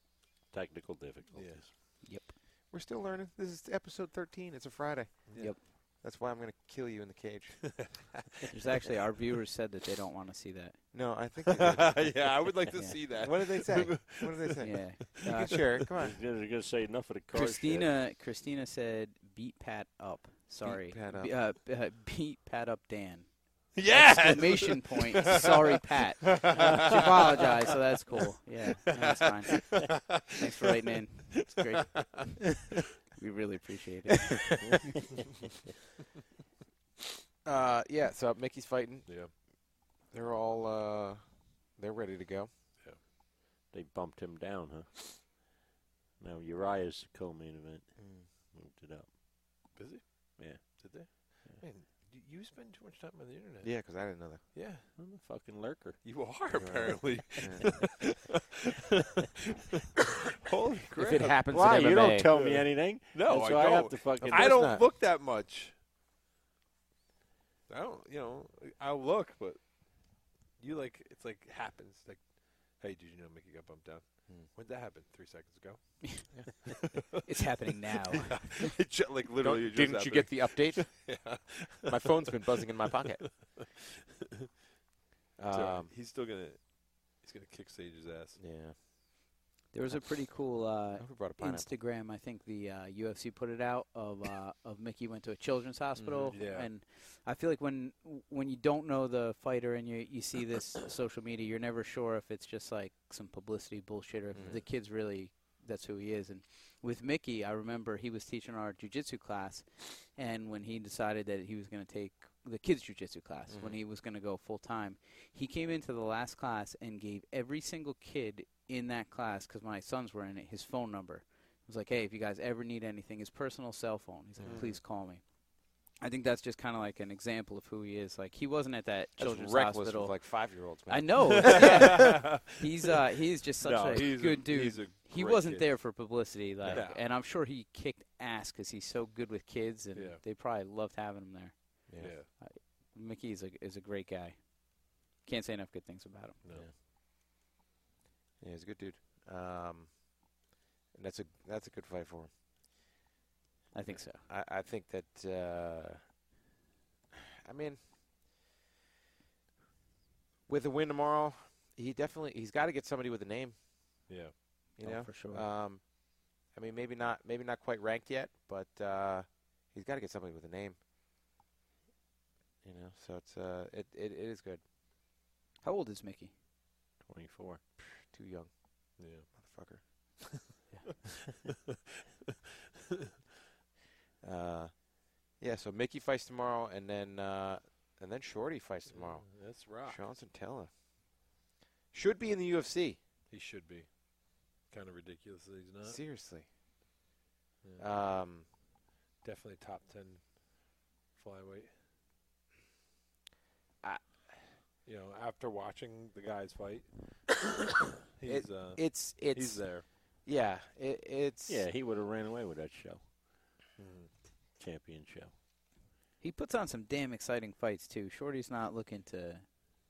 Speaker 4: Technical difficulties.
Speaker 3: Yep.
Speaker 2: We're still learning. This is episode 13. It's a Friday.
Speaker 1: Yeah.
Speaker 3: Yep.
Speaker 2: That's why I'm going to kill you in the cage.
Speaker 3: There's actually our viewers said that they don't want to see that.
Speaker 2: no, I think. They
Speaker 1: yeah, I would like to
Speaker 3: Yeah.
Speaker 1: see that.
Speaker 2: did. what did they say? What did they say?
Speaker 3: Yeah.
Speaker 2: You
Speaker 3: Uh,
Speaker 2: can share it. Come on.
Speaker 4: They're going to say enough of the car shit.
Speaker 3: Christina Christina said beat Pat up. Sorry.
Speaker 2: Pat
Speaker 3: Be- uh, b- uh, beat Pat up Dan.
Speaker 1: Yes.
Speaker 3: Exclamation point. Sorry Pat. Uh, She apologized, so that's cool. Yeah. no, that's fine. Thanks for writing in. It's great. we really appreciate it.
Speaker 2: Uh, yeah, so Mickey's fighting.
Speaker 1: Yeah.
Speaker 2: They're all. Uh, they're ready to go.
Speaker 4: They bumped him down, huh? Now Uriah's the co-main event.
Speaker 2: Mm.
Speaker 4: Moved it up.
Speaker 1: Busy?
Speaker 4: Yeah.
Speaker 1: Did they? Man, y- you spend too much time on the internet.
Speaker 2: Yeah, because I didn't know that.
Speaker 1: Yeah.
Speaker 4: I'm a fucking lurker.
Speaker 1: You are
Speaker 2: You're right.
Speaker 1: apparently.
Speaker 2: Yeah.
Speaker 1: Holy
Speaker 2: if
Speaker 1: crap!
Speaker 2: it happens
Speaker 4: Why?
Speaker 2: in
Speaker 4: You don't
Speaker 2: MMA.
Speaker 4: tell me anything.
Speaker 1: no,
Speaker 4: That's
Speaker 1: I
Speaker 4: why
Speaker 1: don't. I,
Speaker 4: have to fucking.
Speaker 2: course
Speaker 1: don't
Speaker 2: not.
Speaker 1: look that much. I don't. You know, I'll look, but you like it's like happens. Like, hey, did you know Mickey got bumped down?
Speaker 2: Hmm.
Speaker 1: When did that happen? Three seconds ago.
Speaker 3: It's happening now.
Speaker 1: It ju- like literally, it just
Speaker 2: Don't- didn't you get
Speaker 1: happened.
Speaker 2: the update?
Speaker 1: Yeah.
Speaker 2: my phone's been buzzing in my pocket.
Speaker 1: So
Speaker 2: Um,
Speaker 1: he's still gonna. He's gonna kick Sage's ass.
Speaker 2: yeah,
Speaker 3: There was a pretty cool
Speaker 2: I
Speaker 3: uh,
Speaker 2: would've brought a pineapple.
Speaker 3: Instagram. I think the uh, UFC put it out of uh, of Mickey went to a children's hospital,
Speaker 2: Mm-hmm.
Speaker 1: yeah.
Speaker 3: and I feel like when when you don't know the fighter and you you see this social media, you're never sure if it's just like some publicity bullshit or if
Speaker 2: Mm-hmm.
Speaker 3: the kid's really that's who he is. And with Mickey, I remember he was teaching our jujitsu class, and when he decided that he was going to take the kids' jujitsu class, when
Speaker 2: Mm-hmm.
Speaker 3: he was going to go full time, he came into the last class and gave every single kid in that class, because my sons were in it, his phone number. He was like, hey, if you guys ever need anything, his personal cell phone. He's
Speaker 1: Mm.
Speaker 3: like, please call me. I think that's just kind of like an example of who he is. Like he wasn't at that
Speaker 2: That's
Speaker 3: children's
Speaker 2: reckless
Speaker 3: hospital.
Speaker 2: with like five year olds.
Speaker 3: I know. yeah. He's uh, he's just such
Speaker 1: No,
Speaker 3: a
Speaker 1: he's
Speaker 3: good dude.
Speaker 1: He's a
Speaker 3: he
Speaker 1: great
Speaker 3: wasn't
Speaker 1: kid.
Speaker 3: there for publicity, like,
Speaker 1: No.
Speaker 3: and I'm sure he kicked ass because he's so good with kids, and
Speaker 1: Yeah.
Speaker 3: they probably loved having him there.
Speaker 1: Yeah.
Speaker 3: Mickey is a is a great guy. Can't say enough good things about him.
Speaker 1: No.
Speaker 2: Yeah. Yeah, he's a good dude. Um, and that's a that's a good fight for him.
Speaker 3: I think so.
Speaker 2: I, I think that uh, I mean with a win tomorrow, he definitely he's got to get somebody with a name,
Speaker 1: Yeah.
Speaker 2: you
Speaker 3: Oh,
Speaker 2: know.
Speaker 3: for sure.
Speaker 2: Um, I mean maybe not maybe not quite ranked yet, but uh, he's got to get somebody with a name. You know, so it's uh it it, it is good.
Speaker 3: How old is Mickey?
Speaker 4: 24.
Speaker 2: Too young,
Speaker 1: Yeah.
Speaker 2: motherfucker. Uh, yeah, so Mickey fights tomorrow, and then uh, and then Shorty fights tomorrow.
Speaker 1: That's rock.
Speaker 2: Johnson Tella should be in the UFC.
Speaker 1: He should be. Kind of ridiculous that he's not.
Speaker 2: Seriously,
Speaker 1: Yeah.
Speaker 2: um,
Speaker 1: Definitely top ten flyweight.
Speaker 2: I-
Speaker 1: you know, after watching the guys fight, he's uh,
Speaker 2: it's it's
Speaker 1: he's there.
Speaker 2: yeah, it, it's
Speaker 4: Yeah, he would have ran away with that show, Hmm. champion show.
Speaker 3: He puts on some damn exciting fights too. Shorty's not looking to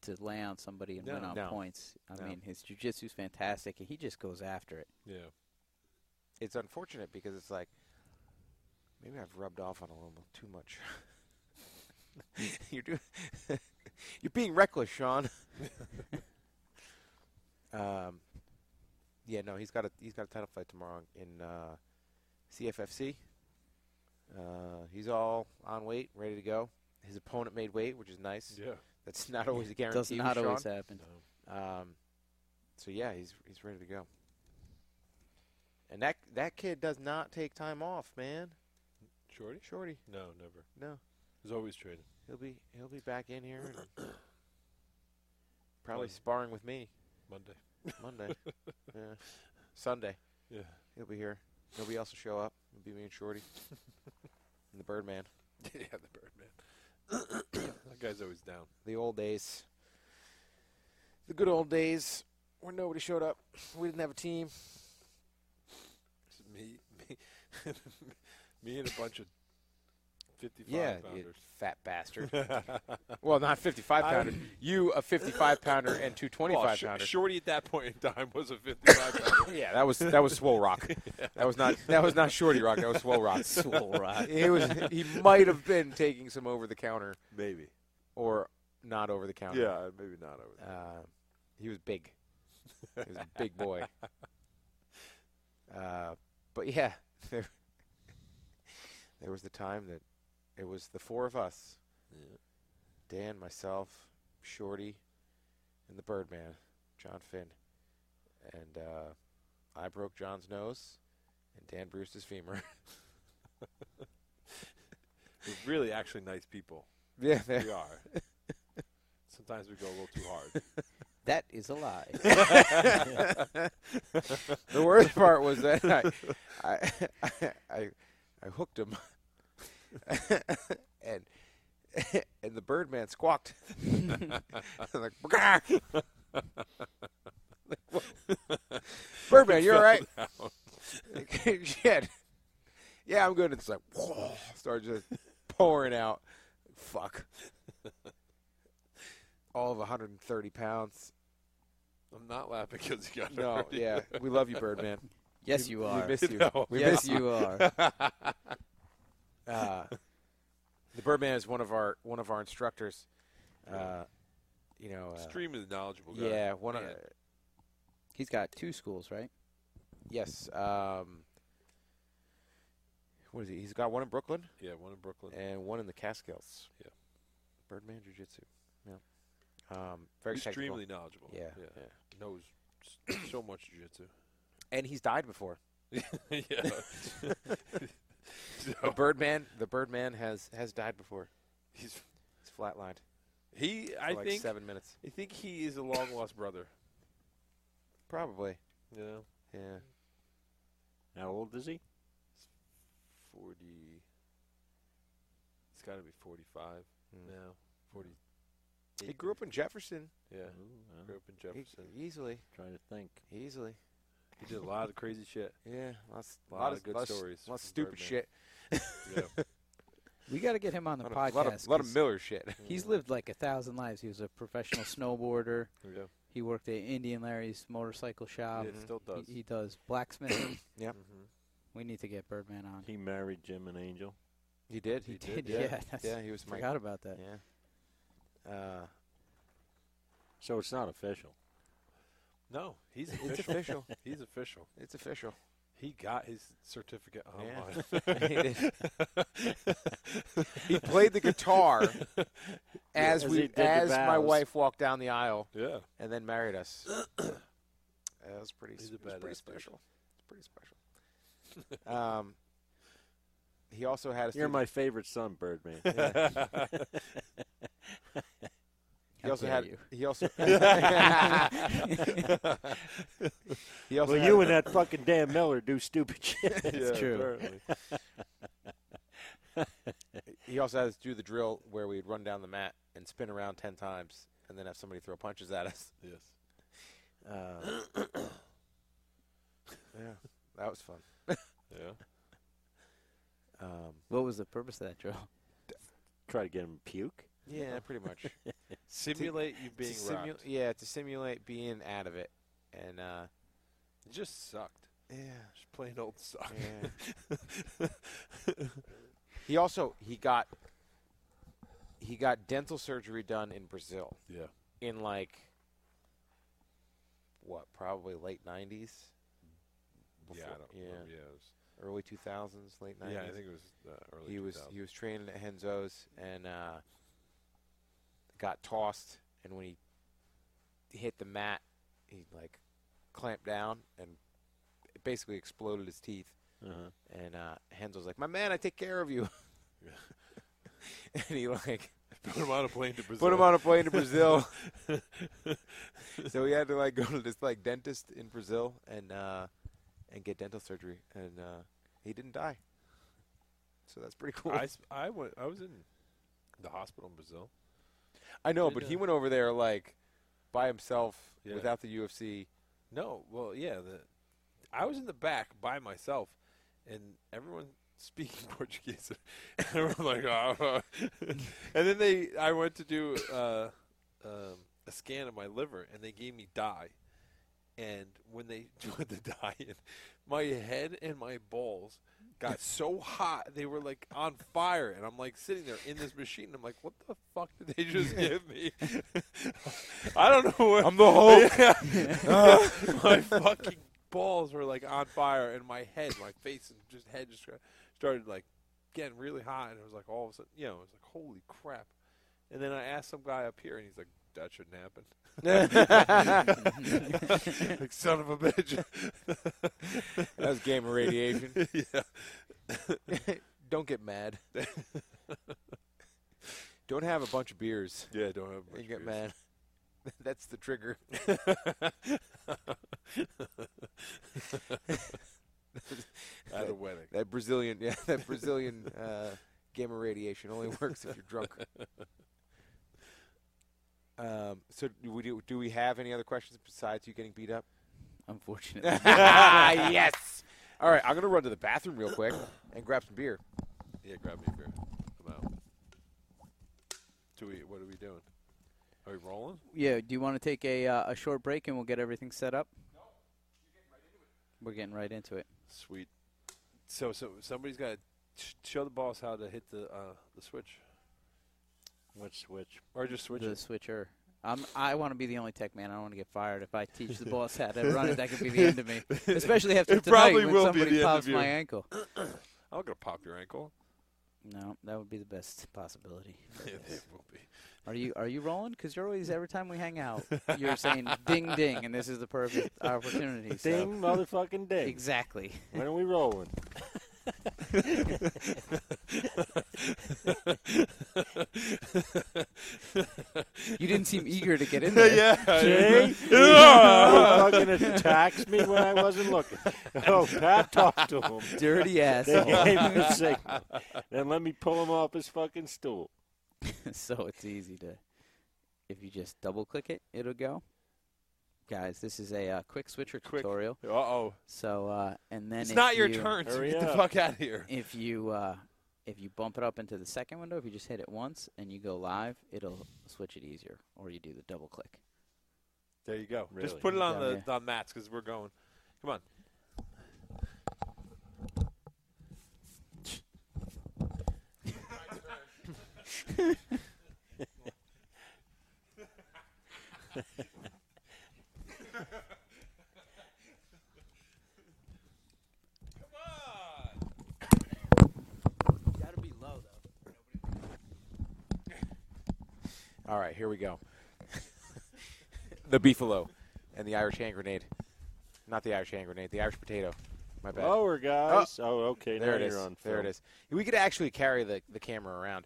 Speaker 3: to lay on somebody and
Speaker 1: No,
Speaker 3: win on
Speaker 2: no.
Speaker 3: points. I
Speaker 2: No.
Speaker 3: mean, his jujitsu's fantastic, and he just goes after it.
Speaker 1: Yeah,
Speaker 2: it's unfortunate because it's like maybe I've rubbed off on a little too much. you're doing you're being reckless, Sean. um, yeah, no, he's got a he's got a title fight tomorrow in uh, CFFC. Uh, he's all on weight, ready to go. His opponent made weight, which is nice.
Speaker 1: yeah.
Speaker 2: That's not always a guarantee.
Speaker 3: Does
Speaker 2: with
Speaker 3: not
Speaker 2: Sean.
Speaker 3: always happen.
Speaker 2: Um, so yeah, he's he's ready to go. And that that kid does not take time off, man.
Speaker 1: Shorty?
Speaker 2: Shorty,
Speaker 1: No, never.
Speaker 2: no,
Speaker 1: He's always trading.
Speaker 2: he'll be he'll be back in here, and probably
Speaker 1: Monday.
Speaker 2: sparring with me
Speaker 1: Monday.
Speaker 2: Monday, yeah. Sunday.
Speaker 1: Yeah.
Speaker 2: He'll be here. Nobody else will show up. It'll be me and Shorty and the Birdman,
Speaker 1: yeah, the Birdman. that guy's always down.
Speaker 2: the old days, the good old days where nobody showed up. We didn't have a team.
Speaker 1: It's me, me, me, and a bunch of fifty-five
Speaker 2: Yeah, you
Speaker 1: pounders.
Speaker 2: fat bastard. well, not 55 pounder. You a 55 pounder and two 25
Speaker 1: Well, Sh-
Speaker 2: pounder.
Speaker 1: Shorty at that point in time was a fifty-five pounder.
Speaker 2: Yeah, that was that was Swole Rock. That was not that was not Shorty Rock. That was Swole Rock.
Speaker 3: Swole Rock.
Speaker 2: He was he might have been taking some over the counter
Speaker 1: Maybe.
Speaker 2: or not over the counter.
Speaker 1: Yeah, maybe not over there.
Speaker 2: Uh, he was big. He was a big boy. Uh, but yeah, there, there was the time that it was the four of us Dan, myself, Shorty, and the Birdman, John Finn. And uh, I broke John's nose, and Dan bruised his femur.
Speaker 1: We're really actually nice people.
Speaker 2: yeah,
Speaker 1: We are. Sometimes we go a little too hard.
Speaker 3: That is a lie.
Speaker 2: the worst part was that I, I, I, I, hooked him, and and the Birdman squawked. I'm like, "Brrgah." Like, "Whoa." Birdman, you're all right. Like, Shit. Yeah, I'm good. It's like, whoa, started just pouring out. Fuck. All of 130 pounds.
Speaker 1: I'm not laughing because you got
Speaker 2: No,
Speaker 1: hurt.
Speaker 2: yeah, we love you, Birdman.
Speaker 3: yes, you uh, are.
Speaker 2: We miss you.
Speaker 1: No.
Speaker 2: We
Speaker 3: yes,
Speaker 2: miss you.
Speaker 3: you are.
Speaker 2: Uh, the Birdman is one of our one of our instructors. Uh, you know, uh,
Speaker 1: Extremely knowledgeable guy.
Speaker 2: yeah, one of
Speaker 1: Man.
Speaker 3: He's got two schools, right?
Speaker 2: yes. Um, what is he? He's got one in Brooklyn
Speaker 1: Yeah, one in Brooklyn.
Speaker 2: and one in the Catskills.
Speaker 1: Yeah.
Speaker 2: Birdman Jiu Jitsu. Yeah. Um, very technical.
Speaker 1: Extremely knowledgeable.
Speaker 2: Yeah,
Speaker 1: yeah.
Speaker 2: yeah.
Speaker 1: Knows s- so much jujitsu.
Speaker 2: And he's died before.
Speaker 1: yeah.
Speaker 2: The
Speaker 1: so
Speaker 2: Birdman. The Birdman has has died before.
Speaker 1: he's,
Speaker 2: He's flatlined
Speaker 1: he,
Speaker 2: for
Speaker 1: I
Speaker 2: like
Speaker 1: think,
Speaker 2: seven minutes.
Speaker 1: I think he is a long lost brother.
Speaker 2: Probably.
Speaker 1: You know,
Speaker 2: Yeah.
Speaker 4: How old is he?
Speaker 1: forty. It's got to be forty-five
Speaker 2: Mm.
Speaker 1: now. Forty.
Speaker 2: He grew up in Jefferson.
Speaker 1: Yeah,
Speaker 4: Ooh,
Speaker 2: Mm-hmm.
Speaker 1: grew
Speaker 4: I'm
Speaker 1: up in Jefferson.
Speaker 2: E- easily.
Speaker 4: trying to think.
Speaker 2: Easily.
Speaker 1: He did a lot of crazy shit.
Speaker 2: Yeah, lots,
Speaker 1: Lot of good
Speaker 2: lots,
Speaker 1: stories
Speaker 2: Lots
Speaker 1: from
Speaker 2: of stupid
Speaker 1: Birdman.
Speaker 2: shit.
Speaker 1: Yeah.
Speaker 3: We got to get him on the
Speaker 2: lot,
Speaker 3: podcast.
Speaker 2: of, lot, of, lot of
Speaker 3: 'cause
Speaker 2: Miller shit.
Speaker 3: he's lived like a thousand lives. He was a professional snowboarder.
Speaker 1: yeah.
Speaker 3: He worked at Indian Larry's motorcycle shop.
Speaker 2: Um,
Speaker 1: It still does.
Speaker 3: He, he does blacksmithing.
Speaker 2: Yep.
Speaker 1: Mm-hmm.
Speaker 3: we need to get Birdman on.
Speaker 4: He married Jim and Angel.
Speaker 2: He did.
Speaker 3: He did,
Speaker 2: Yeah,
Speaker 3: yeah. That's-
Speaker 2: yeah, he was my.
Speaker 3: Forgot about that.
Speaker 2: Yeah. Uh,
Speaker 4: So it's not official.
Speaker 1: No, he's
Speaker 2: it's
Speaker 1: official.
Speaker 2: official.
Speaker 1: he's official.
Speaker 2: It's official.
Speaker 1: He got his certificate online.
Speaker 2: he played the guitar as,
Speaker 4: As he
Speaker 2: we
Speaker 4: did the
Speaker 2: as my
Speaker 4: vows.
Speaker 2: wife walked down the aisle
Speaker 1: Yeah.
Speaker 2: and then married us. that was pretty.
Speaker 1: He's a
Speaker 2: it was pretty
Speaker 1: badass dude.
Speaker 2: special. It's pretty special. um, he also had a.
Speaker 4: You're
Speaker 2: student-
Speaker 4: my favorite son, Birdman.
Speaker 2: He
Speaker 3: How
Speaker 2: also
Speaker 3: dare
Speaker 2: had.
Speaker 3: you.
Speaker 2: He also. he also.
Speaker 4: well,
Speaker 2: had
Speaker 4: you and that fucking Dan Miller do stupid shit.
Speaker 1: It's
Speaker 3: true.
Speaker 2: He also had us do the drill where we'd run down the mat and spin around ten times, and then have somebody throw punches at us.
Speaker 1: Yes.
Speaker 2: Uh, yeah, that was fun.
Speaker 1: Yeah.
Speaker 2: Um,
Speaker 3: What was the purpose of that drill?
Speaker 4: Try to get him to puke.
Speaker 2: yeah, pretty much. To
Speaker 1: Simulate you being
Speaker 2: simu-
Speaker 1: robbed.
Speaker 2: yeah, to simulate being out of it, and uh,
Speaker 1: It just sucked.
Speaker 2: yeah,
Speaker 1: Just plain old suck.
Speaker 2: yeah. he also he got he got dental surgery done in Brazil
Speaker 1: Yeah.
Speaker 2: in like what probably late nineties,
Speaker 1: Yeah. I don't
Speaker 2: yeah.
Speaker 1: remember. Yeah. It was,
Speaker 2: early two thousands, late nineties.
Speaker 1: yeah. I think it was uh, early.
Speaker 2: he was
Speaker 1: 2000.
Speaker 2: he was training at Henzo's and uh, got tossed, and when he hit the mat, he like clamped down and it basically exploded his teeth.
Speaker 4: Uh-huh.
Speaker 2: And uh, Henzo's like, "My man, I take care of you."
Speaker 1: Yeah.
Speaker 2: and he like
Speaker 1: put him on a plane to Brazil.
Speaker 2: put him on a plane to Brazil. so he had to like go to this like dentist in Brazil and uh, and get dental surgery, and uh, he didn't die. So that's pretty cool.
Speaker 1: I, s- I went. I was in the hospital in Brazil.
Speaker 2: I know,
Speaker 1: Did,
Speaker 2: but he
Speaker 1: uh,
Speaker 2: went over there like by himself
Speaker 1: Yeah.
Speaker 2: without the UFC.
Speaker 1: No, well, yeah, the I was in the back by myself, and everyone speaking Portuguese. and everyone like, oh. and then they, I went to do uh, um, a scan of my liver, and they gave me dye. And when they put the dye in, my head and my balls got so hot they were like on fire, and I'm like sitting there in this machine. And I'm like, what the fuck did they just give me? I don't know. What,
Speaker 2: I'm the Hulk.
Speaker 1: yeah. my fucking balls were like on fire, and my head, my face, and just head just got- started like getting really hot, and it was like all of a sudden, you know, it was like holy crap. And then I asked some guy up here, and he's like, "That shouldn't happen." like son of a bitch.
Speaker 2: that was gamma radiation.
Speaker 1: yeah.
Speaker 2: Don't get mad. Don't have a bunch of beers.
Speaker 1: Yeah. Don't have.
Speaker 2: You
Speaker 1: much
Speaker 2: get
Speaker 1: beers.
Speaker 2: mad. That's the trigger.
Speaker 1: at a wedding.
Speaker 2: That Brazilian, yeah, that Brazilian uh, gamma radiation only works if you're drunk. Um, so do we do, do we have any other questions besides you getting beat up?
Speaker 3: Unfortunately.
Speaker 2: yes. All right, I'm gonna run to the bathroom real quick and grab some beer.
Speaker 1: Yeah. Grab me a beer. I'm out. Do we? What are we doing? Are we rolling?
Speaker 3: yeah. Do you want to take a uh, a short break and we'll get everything set up? We're getting right into it.
Speaker 1: Sweet. So so somebody's got to sh- show the boss how to hit the uh, the switch,
Speaker 4: What switch?
Speaker 1: or just switch
Speaker 3: the
Speaker 1: it.
Speaker 3: switcher. I'm, I want to be the only tech man. I don't want to get fired. If I teach the boss how to run it, that could be the end of me. Especially after
Speaker 1: It
Speaker 3: tonight
Speaker 1: probably
Speaker 3: when
Speaker 1: will be the
Speaker 3: somebody
Speaker 1: end
Speaker 3: pops
Speaker 1: of you.
Speaker 3: my ankle.
Speaker 1: I'm gonna pop your ankle.
Speaker 3: No, that would be the best possibility.
Speaker 1: Yeah, it will be.
Speaker 3: Are you are you rolling? Because you're always every time we hang out, you're saying ding ding, and this is the perfect opportunity. so-
Speaker 4: Ding motherfucking ding.
Speaker 3: Exactly.
Speaker 4: When are we rolling?
Speaker 3: You didn't seem eager to get in there.
Speaker 4: Jay, yeah. fucking attacks me when I wasn't looking. Oh, Pat talked to him.
Speaker 3: Dirty ass.
Speaker 4: They gave him a signal. Then let me pull him off his fucking stool.
Speaker 3: so it's easy to, if you just double click it, it'll go. guys. This is a uh, quick switcher
Speaker 1: Quick.
Speaker 3: tutorial.
Speaker 1: Uh oh.
Speaker 3: So uh, and then
Speaker 1: It's
Speaker 3: if
Speaker 1: not your
Speaker 3: you-
Speaker 1: turn, so
Speaker 4: Hurry
Speaker 1: get the
Speaker 4: up.
Speaker 1: fuck out of here.
Speaker 3: If you uh, if you bump it up into the second window, if you just hit it once and you go live, it'll switch it easier. Or you do the double click.
Speaker 1: There you go. Just
Speaker 4: Really?
Speaker 1: put it on
Speaker 3: Yeah,
Speaker 1: the on mats because we're going. Come on.
Speaker 3: Gotta be low though.
Speaker 2: All right, here we go. the beefalo and the Irish hand grenade. Not the Irish hand grenade, the Irish potato. My bad.
Speaker 4: Lower, guys. Oh, okay.
Speaker 2: there
Speaker 4: now
Speaker 2: it is.
Speaker 4: you're on
Speaker 2: there it
Speaker 4: film.
Speaker 2: is. We could actually carry the, the camera around.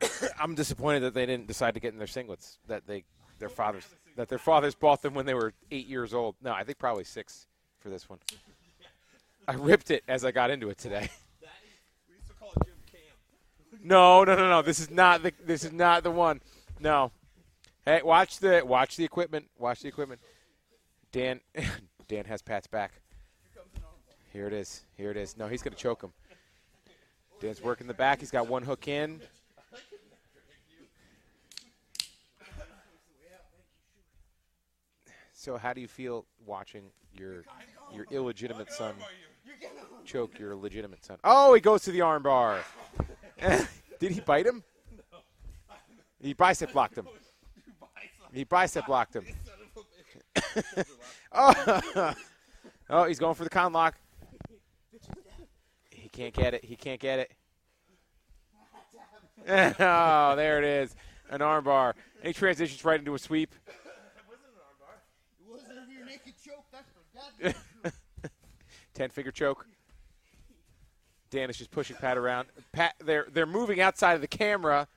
Speaker 2: I'm disappointed that they didn't decide to get in their singlets that they their fathers that their fathers bought them when they were eight years old. No, I think probably six for this one. I ripped it as I got into it today.
Speaker 1: We used to call it Jim Cam.
Speaker 2: No, no, no, no. This is not the this is not the one. No. Hey, watch the watch the equipment. Watch the equipment. Dan Dan has Pat's back. Here it is. Here it is. No, he's gonna choke him. Dan's working the back. He's got one hook in. So how do you feel watching your your illegitimate son choke your legitimate son? Oh, he goes to the arm bar. Did he bite him? He bicep blocked him. He bicep blocked him. oh. oh, he's going for the con lock. He can't get it. He can't get it. oh, there it is. An arm bar. And he transitions right into a sweep.
Speaker 5: It wasn't under your naked choke, that's for goddamn sure.
Speaker 2: Ten finger choke. Dan is just pushing Pat around. Pat, they're they're moving outside of the camera.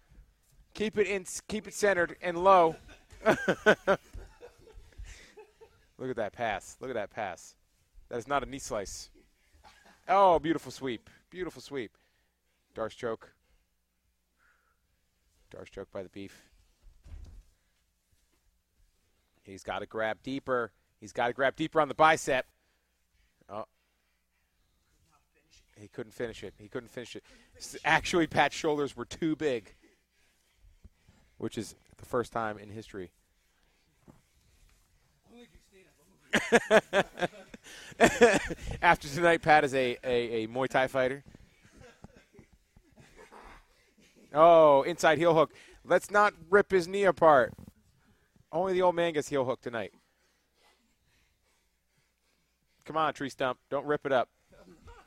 Speaker 2: Keep it in, keep it centered and low. Look at that pass. Look at that pass. That is not a knee slice. Oh, beautiful sweep. Beautiful sweep. Darce choke. Darce choke by the beef. He's got to grab deeper. He's got to grab deeper on the bicep. Oh. He couldn't finish it. He couldn't finish it. S- Actually, Pat's shoulders were too big, which is the first time in history. After tonight, Pat is a, a, a Muay Thai fighter. Oh, inside heel hook. Let's not rip his knee apart. Only the old man gets heel hook tonight. Come on, tree stump. Don't rip it up.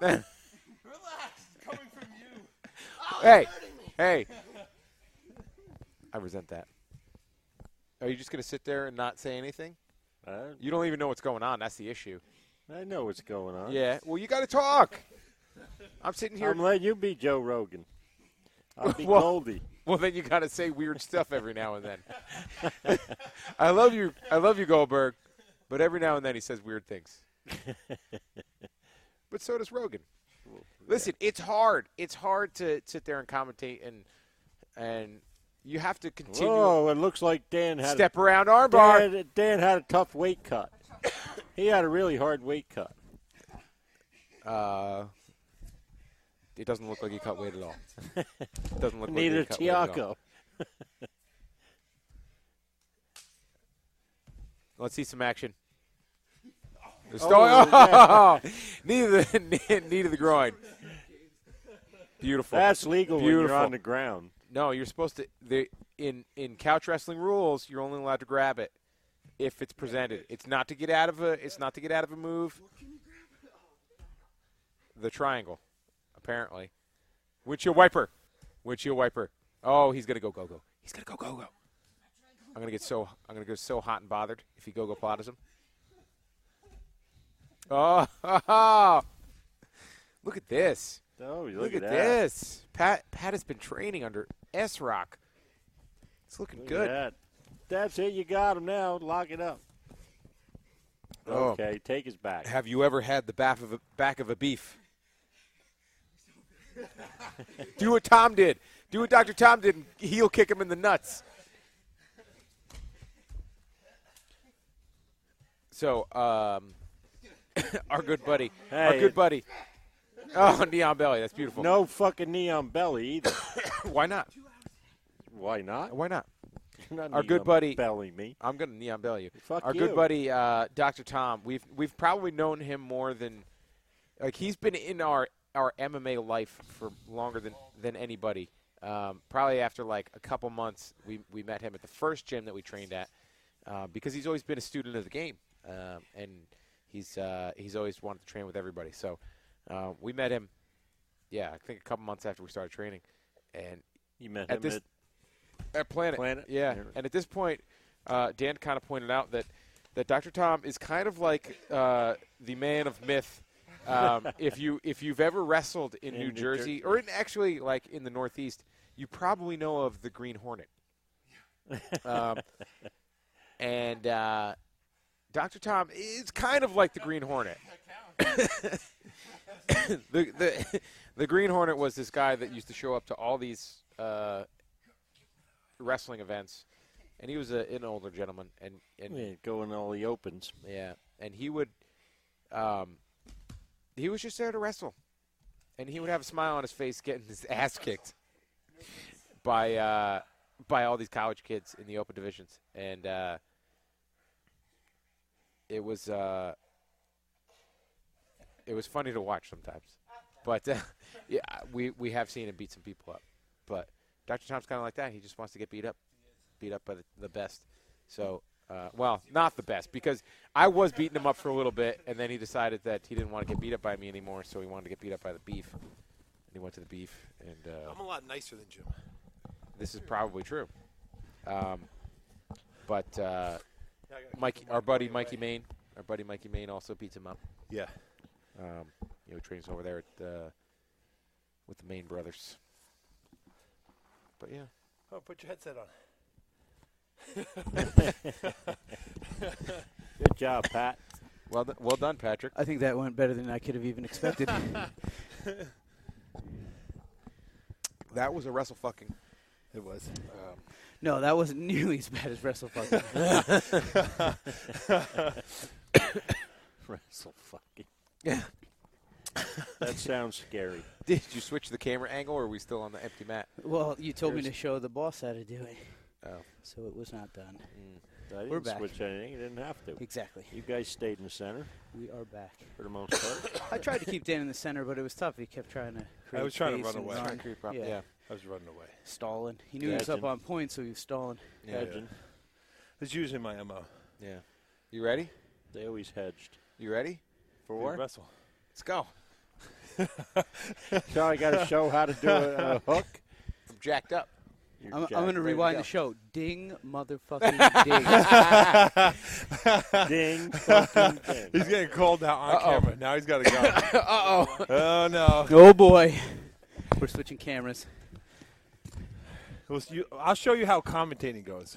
Speaker 5: Relax, it's coming from you.
Speaker 2: Hey, hey. I resent that. Are you just going to sit there and not say anything?
Speaker 4: I,
Speaker 2: You don't even know what's going on. That's the issue.
Speaker 4: I know what's going on.
Speaker 2: Yeah. Well, you got to talk. I'm sitting here.
Speaker 4: I'm letting you be Joe Rogan. I'll be
Speaker 2: Well-
Speaker 4: Goldie.
Speaker 2: well, then you got to say weird stuff every now and then. I love you. I love you, Goldberg. But every now and then he says weird things. but so does Rogan. Listen, it's hard. It's hard to sit there and commentate and and you have to continue.
Speaker 4: Whoa, it looks like Dan had
Speaker 2: Step around
Speaker 4: a,
Speaker 2: armbar.
Speaker 4: Dan, Dan had a tough weight cut. he had a really hard weight cut.
Speaker 2: Uh, it doesn't look like he cut weight at all. It doesn't look
Speaker 4: Neither
Speaker 2: like he cut weight at all.
Speaker 4: Tiago.
Speaker 2: Let's see some action. The
Speaker 4: Oh,
Speaker 2: sto- knee to the knee to the groin. Beautiful.
Speaker 4: That's legal when
Speaker 2: Beautiful.
Speaker 4: you're on the ground.
Speaker 2: no, you're supposed to. The, in in couch wrestling rules, you're only allowed to grab it if it's presented. It's not to get out of a. It's not to get out of a move. The triangle, apparently. Windshield wiper. Windshield wiper. Oh, he's gonna go go go. He's gonna go go go. I'm gonna get so I'm gonna go so hot and bothered if he go go platters him. Oh, look at this!
Speaker 4: Oh, you
Speaker 2: Look,
Speaker 4: look,
Speaker 2: at,
Speaker 4: that.
Speaker 2: this. Pat Pat has been training under S Rock. It's looking
Speaker 4: Look
Speaker 2: good.
Speaker 4: At that. That's it. You got him now. Lock it up.
Speaker 2: Oh.
Speaker 4: Okay, take his back.
Speaker 2: Have you ever had the back of a back of a beef? Do what Tom did. Do what Dr. Tom did and heel kick him in the nuts. So, um, our good buddy, our
Speaker 4: Hey,
Speaker 2: good
Speaker 4: it-
Speaker 2: buddy. Oh, neon belly. That's beautiful.
Speaker 4: No fucking neon belly either.
Speaker 2: why not?
Speaker 4: Why not?
Speaker 2: Why not?
Speaker 4: Not
Speaker 2: Our good
Speaker 4: neon
Speaker 2: buddy-
Speaker 4: belly me.
Speaker 2: I'm gonna neon belly you.
Speaker 4: Fuck
Speaker 2: Our
Speaker 4: you.
Speaker 2: good buddy, uh, Dr. Tom. We've we've probably known him more than like he's been in our our MMA life for longer than than anybody. Um, probably after like a couple months, we we met him at the first gym that we trained at uh, because he's always been a student of the game um, and he's uh, he's always wanted to train with everybody. So uh, we met him, yeah, I think a couple months after we started training, and
Speaker 4: You met
Speaker 2: At
Speaker 4: him
Speaker 2: this-
Speaker 4: at
Speaker 2: at Planet.
Speaker 4: Planet.
Speaker 2: Yeah.
Speaker 4: Yeah.
Speaker 2: And at this point, uh, Dan kind of pointed out that, that Dr. Tom is kind of like uh, the man of myth. Um, if you if you've ever wrestled in,
Speaker 4: In
Speaker 2: New
Speaker 4: New Jer-
Speaker 2: Jersey or in actually like in the Northeast, you probably know of the Green Hornet. Um, and uh, Dr. Tom is kind of like the Green Hornet. the, the, the Green Hornet was this guy that used to show up to all these uh, wrestling events, and he was a, an older gentleman, and, and
Speaker 4: yeah, going all the opens.
Speaker 2: yeah, and he would, um, he was just there to wrestle, and he would have a smile on his face, getting his ass kicked by uh, by all these college kids in the open divisions, and uh, it was uh, it was funny to watch sometimes, but uh, yeah, we we have seen him beat some people up, but Dr. Tom's kind of like that. He just wants to get beat up, beat up by the, the best. So, uh, well, not the best because I was beating him up for a little bit, and then he decided that he didn't want to get beat up by me anymore, so he wanted to get beat up by the beef. And he went to the beef, and uh,
Speaker 1: I'm a lot nicer than Jim.
Speaker 2: this is probably true. Um, but uh, Mike, our buddy Mikey Main, our buddy Mikey Main also beats him up.
Speaker 1: Yeah.
Speaker 2: Um, you know, he trains over there at uh, with the Main brothers. But yeah,
Speaker 1: Oh, put your headset on.
Speaker 4: Good job, Pat.
Speaker 2: well, done well done, Patrick.
Speaker 3: I think that went better than I could have even expected.
Speaker 2: That was a wrestle fucking.
Speaker 1: It was.
Speaker 3: no, that wasn't nearly as bad as WrestleFucking.
Speaker 4: Wrestle fucking.
Speaker 2: Yeah.
Speaker 4: That sounds scary.
Speaker 2: Did you switch the camera angle, or are we still on the empty mat?
Speaker 3: well, you told me to show the boss how to do it,
Speaker 2: Oh,
Speaker 3: so it was not done.
Speaker 4: I didn't
Speaker 3: We're back.
Speaker 4: switch anything. You didn't have to.
Speaker 3: Exactly.
Speaker 4: You guys stayed in the center
Speaker 3: We are back.
Speaker 4: for the most part.
Speaker 3: I tried to keep Dan in the center, but it was tough. He kept trying to. Create
Speaker 1: was trying to
Speaker 3: space
Speaker 1: run
Speaker 3: and
Speaker 1: away.
Speaker 3: run.
Speaker 2: Concrete prop-
Speaker 3: Yeah.
Speaker 2: yeah.
Speaker 1: I was running away.
Speaker 3: Stalling. He knew he was up
Speaker 4: Gotcha.
Speaker 3: on point, so he was stalling.
Speaker 2: Yeah.
Speaker 4: Hedging.
Speaker 1: It's usually my mo.
Speaker 2: Yeah. You ready?
Speaker 4: They always hedged.
Speaker 2: You ready? For
Speaker 1: We
Speaker 2: war?
Speaker 1: wrestle.
Speaker 2: Let's go.
Speaker 4: So I got to show how to do a, a hook.
Speaker 2: I'm jacked up.
Speaker 4: You're
Speaker 3: I'm, I'm
Speaker 4: jacked.
Speaker 3: going to
Speaker 2: ready to
Speaker 3: rewind
Speaker 2: go.
Speaker 3: the show. Ding, motherfucking ding.
Speaker 4: ding. fucking ding.
Speaker 1: He's getting called out on
Speaker 2: Uh-oh.
Speaker 1: camera. Now he's got to go.
Speaker 2: Uh oh.
Speaker 1: oh no.
Speaker 3: oh boy, we're switching cameras.
Speaker 1: Well, you, I'll show you how commentating goes.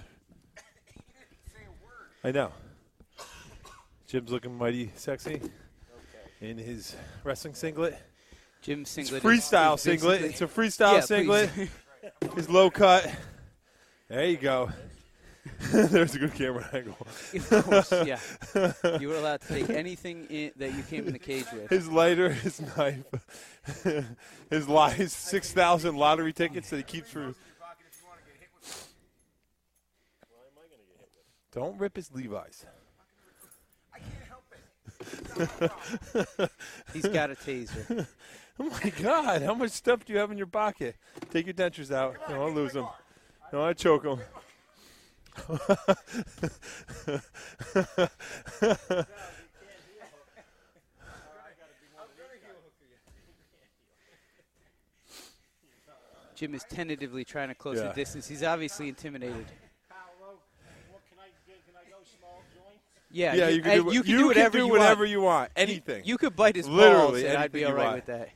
Speaker 1: I know. Jim's looking mighty sexy in his wrestling singlet.
Speaker 3: Jim
Speaker 1: It's
Speaker 3: Singlet. is-
Speaker 1: freestyle
Speaker 3: is
Speaker 1: singlet.
Speaker 3: basically-
Speaker 1: It's a freestyle
Speaker 3: Yeah,
Speaker 1: singlet.
Speaker 3: please.
Speaker 1: His low cut. There you go. There's a good camera angle.
Speaker 3: of course, yeah. You were allowed to take anything in, that you came in the cage with.
Speaker 1: His lighter, his knife, his, li- his 6,000 lottery tickets that he keeps for. Don't rip his Levi's.
Speaker 3: He's got a taser.
Speaker 1: Oh my God! How much stuff do you have in your pocket? Take your dentures out. Don't want to lose them. Don't want to choke them.
Speaker 3: Jim is tentatively trying to close
Speaker 1: Yeah.
Speaker 3: the distance. He's obviously intimidated. Yeah,
Speaker 1: Yeah, you can do,
Speaker 3: uh,
Speaker 1: wha-
Speaker 3: you can
Speaker 1: you
Speaker 3: do whatever
Speaker 1: you,
Speaker 3: you
Speaker 1: want.
Speaker 3: want.
Speaker 1: Anything.
Speaker 3: You could bite his balls,
Speaker 1: Literally
Speaker 3: and
Speaker 1: anything
Speaker 3: I'd be
Speaker 1: you
Speaker 3: all right
Speaker 1: want.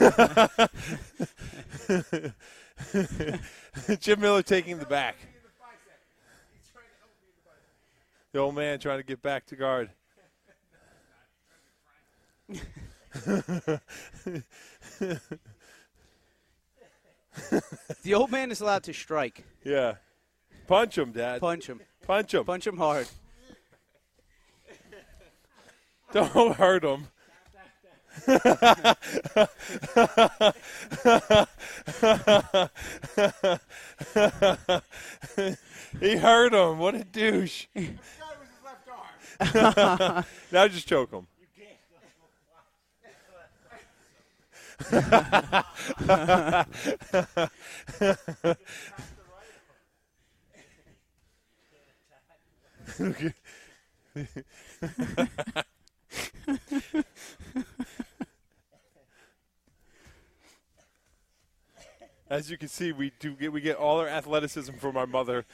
Speaker 3: with that.
Speaker 1: Jim Miller taking the back. The old man trying to get back to guard.
Speaker 3: The old man is allowed to strike.
Speaker 1: Yeah. Punch him, Dad.
Speaker 3: Punch him.
Speaker 1: Punch him.
Speaker 3: Punch him hard.
Speaker 1: Don't hurt him. he hurt him. What a douche.
Speaker 5: That was his left arm.
Speaker 1: Now just choke him. As you can see, we do get we get all our athleticism from our mother.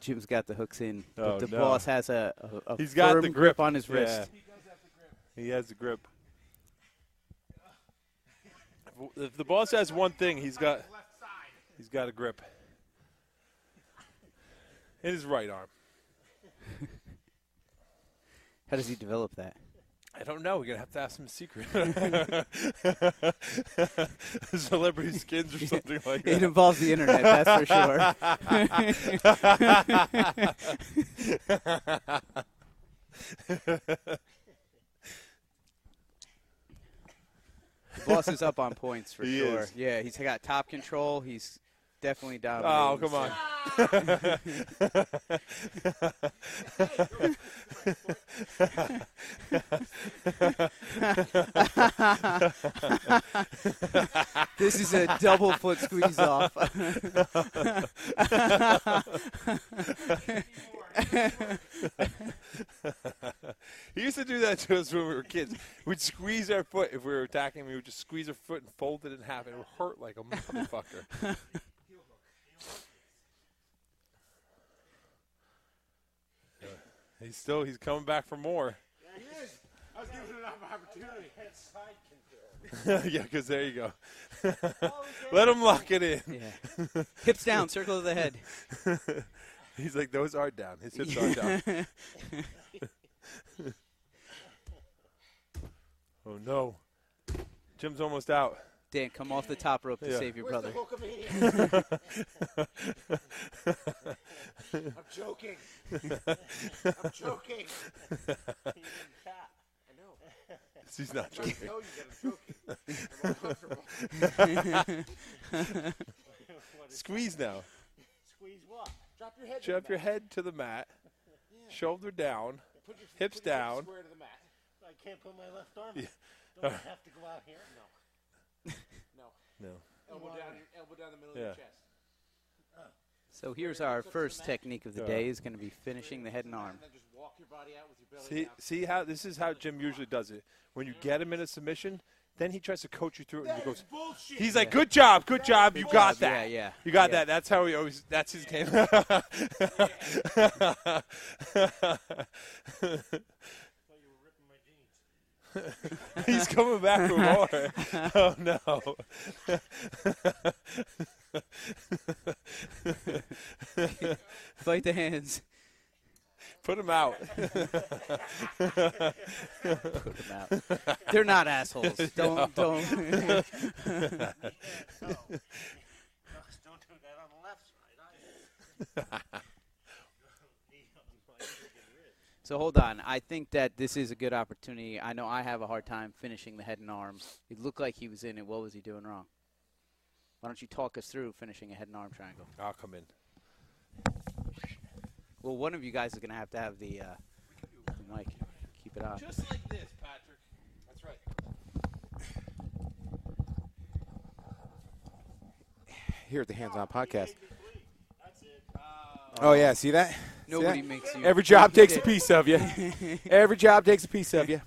Speaker 3: Jim's got the hooks in, but
Speaker 1: Oh,
Speaker 3: the
Speaker 1: no.
Speaker 3: boss has a, a, a
Speaker 1: He's got
Speaker 3: firm
Speaker 1: the grip.
Speaker 3: grip. on his wrist.
Speaker 1: He has the grip. If the boss has one thing, he's got
Speaker 5: Left side.
Speaker 1: he's got a grip. In his right arm.
Speaker 3: How does he develop that?
Speaker 1: I don't know. We're gonna have to ask him a secret. Celebrity skins or something like
Speaker 3: It
Speaker 1: that.
Speaker 3: involves the internet, that's for sure. the boss is up on points for
Speaker 1: He
Speaker 3: sure.
Speaker 1: is.
Speaker 3: Yeah, he's got top control. He's definitely
Speaker 1: Oh,
Speaker 3: dominating.
Speaker 1: come on.
Speaker 3: This is a double foot squeeze off.
Speaker 1: He used to do that to us when we were kids. We'd squeeze our foot if we were attacking. We would just squeeze our foot and fold it in half. It would hurt like a motherfucker. Yeah. he's still he's coming back for more.
Speaker 5: He is. I was giving him an opportunity. Head side control.
Speaker 1: yeah, 'cause there you go. Let him lock it in.
Speaker 3: Yeah. Hips down, circle of the head.
Speaker 1: He's like those are down. His hips are down. oh no, Jim's almost out.
Speaker 3: Dan, come off the top rope to
Speaker 1: Yeah.
Speaker 3: save your
Speaker 5: Where's
Speaker 3: brother.
Speaker 5: the Hulkamania? I'm joking. I'm joking. I know.
Speaker 1: He's not
Speaker 5: I
Speaker 1: joking.
Speaker 5: know you that I'm joking. I'm uncomfortable.
Speaker 1: Squeeze now.
Speaker 5: Squeeze what? Drop your head. to
Speaker 1: Drop
Speaker 5: the
Speaker 1: your
Speaker 5: mat.
Speaker 1: head to the mat, shoulder down.
Speaker 5: Put your-
Speaker 1: hips
Speaker 5: put your head
Speaker 1: down.
Speaker 5: Square to the mat.
Speaker 6: I can't put my left arm.
Speaker 1: Yeah.
Speaker 6: Don't I have to go out here?
Speaker 5: No. No.
Speaker 1: No.
Speaker 5: Elbow down. your- Elbow down the middle
Speaker 1: Yeah.
Speaker 5: of your chest.
Speaker 3: So here's our first technique of the day is going to be finishing the head and arm.
Speaker 5: And then just walk your body out with your belly
Speaker 1: See,
Speaker 5: down.
Speaker 1: see how this is how Jim usually does it. When you get him in a submission, then he tries to coach you through it, and he goes.
Speaker 5: Bullshit.
Speaker 1: He's like, "Good job, good job, you got that,
Speaker 3: Yeah, yeah,
Speaker 1: you got
Speaker 3: yeah.
Speaker 1: that." That's how he always. That's his game.
Speaker 6: Thought you were ripping my jeans.
Speaker 1: He's coming back for more. Oh no!
Speaker 3: Fight the hands.
Speaker 1: Put him out.
Speaker 3: Put 'em out. They're not assholes. Don't don't.
Speaker 6: Ugh, Don't do that on the left side. either.
Speaker 3: So hold on. I think that this is a good opportunity. I know I have a hard time finishing the head and arms. It looked like he was in it. What was he doing wrong? Why don't you talk us through finishing a head and arm triangle?
Speaker 1: I'll come in.
Speaker 3: Well, one of you guys is going to have to have the, uh, the mic. Keep it on.
Speaker 5: Just like this, Patrick. That's right.
Speaker 2: Here at the Hands On Podcast.
Speaker 6: That's it. Uh,
Speaker 2: Oh yeah, see that?
Speaker 3: Nobody
Speaker 2: See that?
Speaker 3: makes you.
Speaker 2: Every job takes a
Speaker 3: did.
Speaker 2: piece of you. Every job takes a piece of you.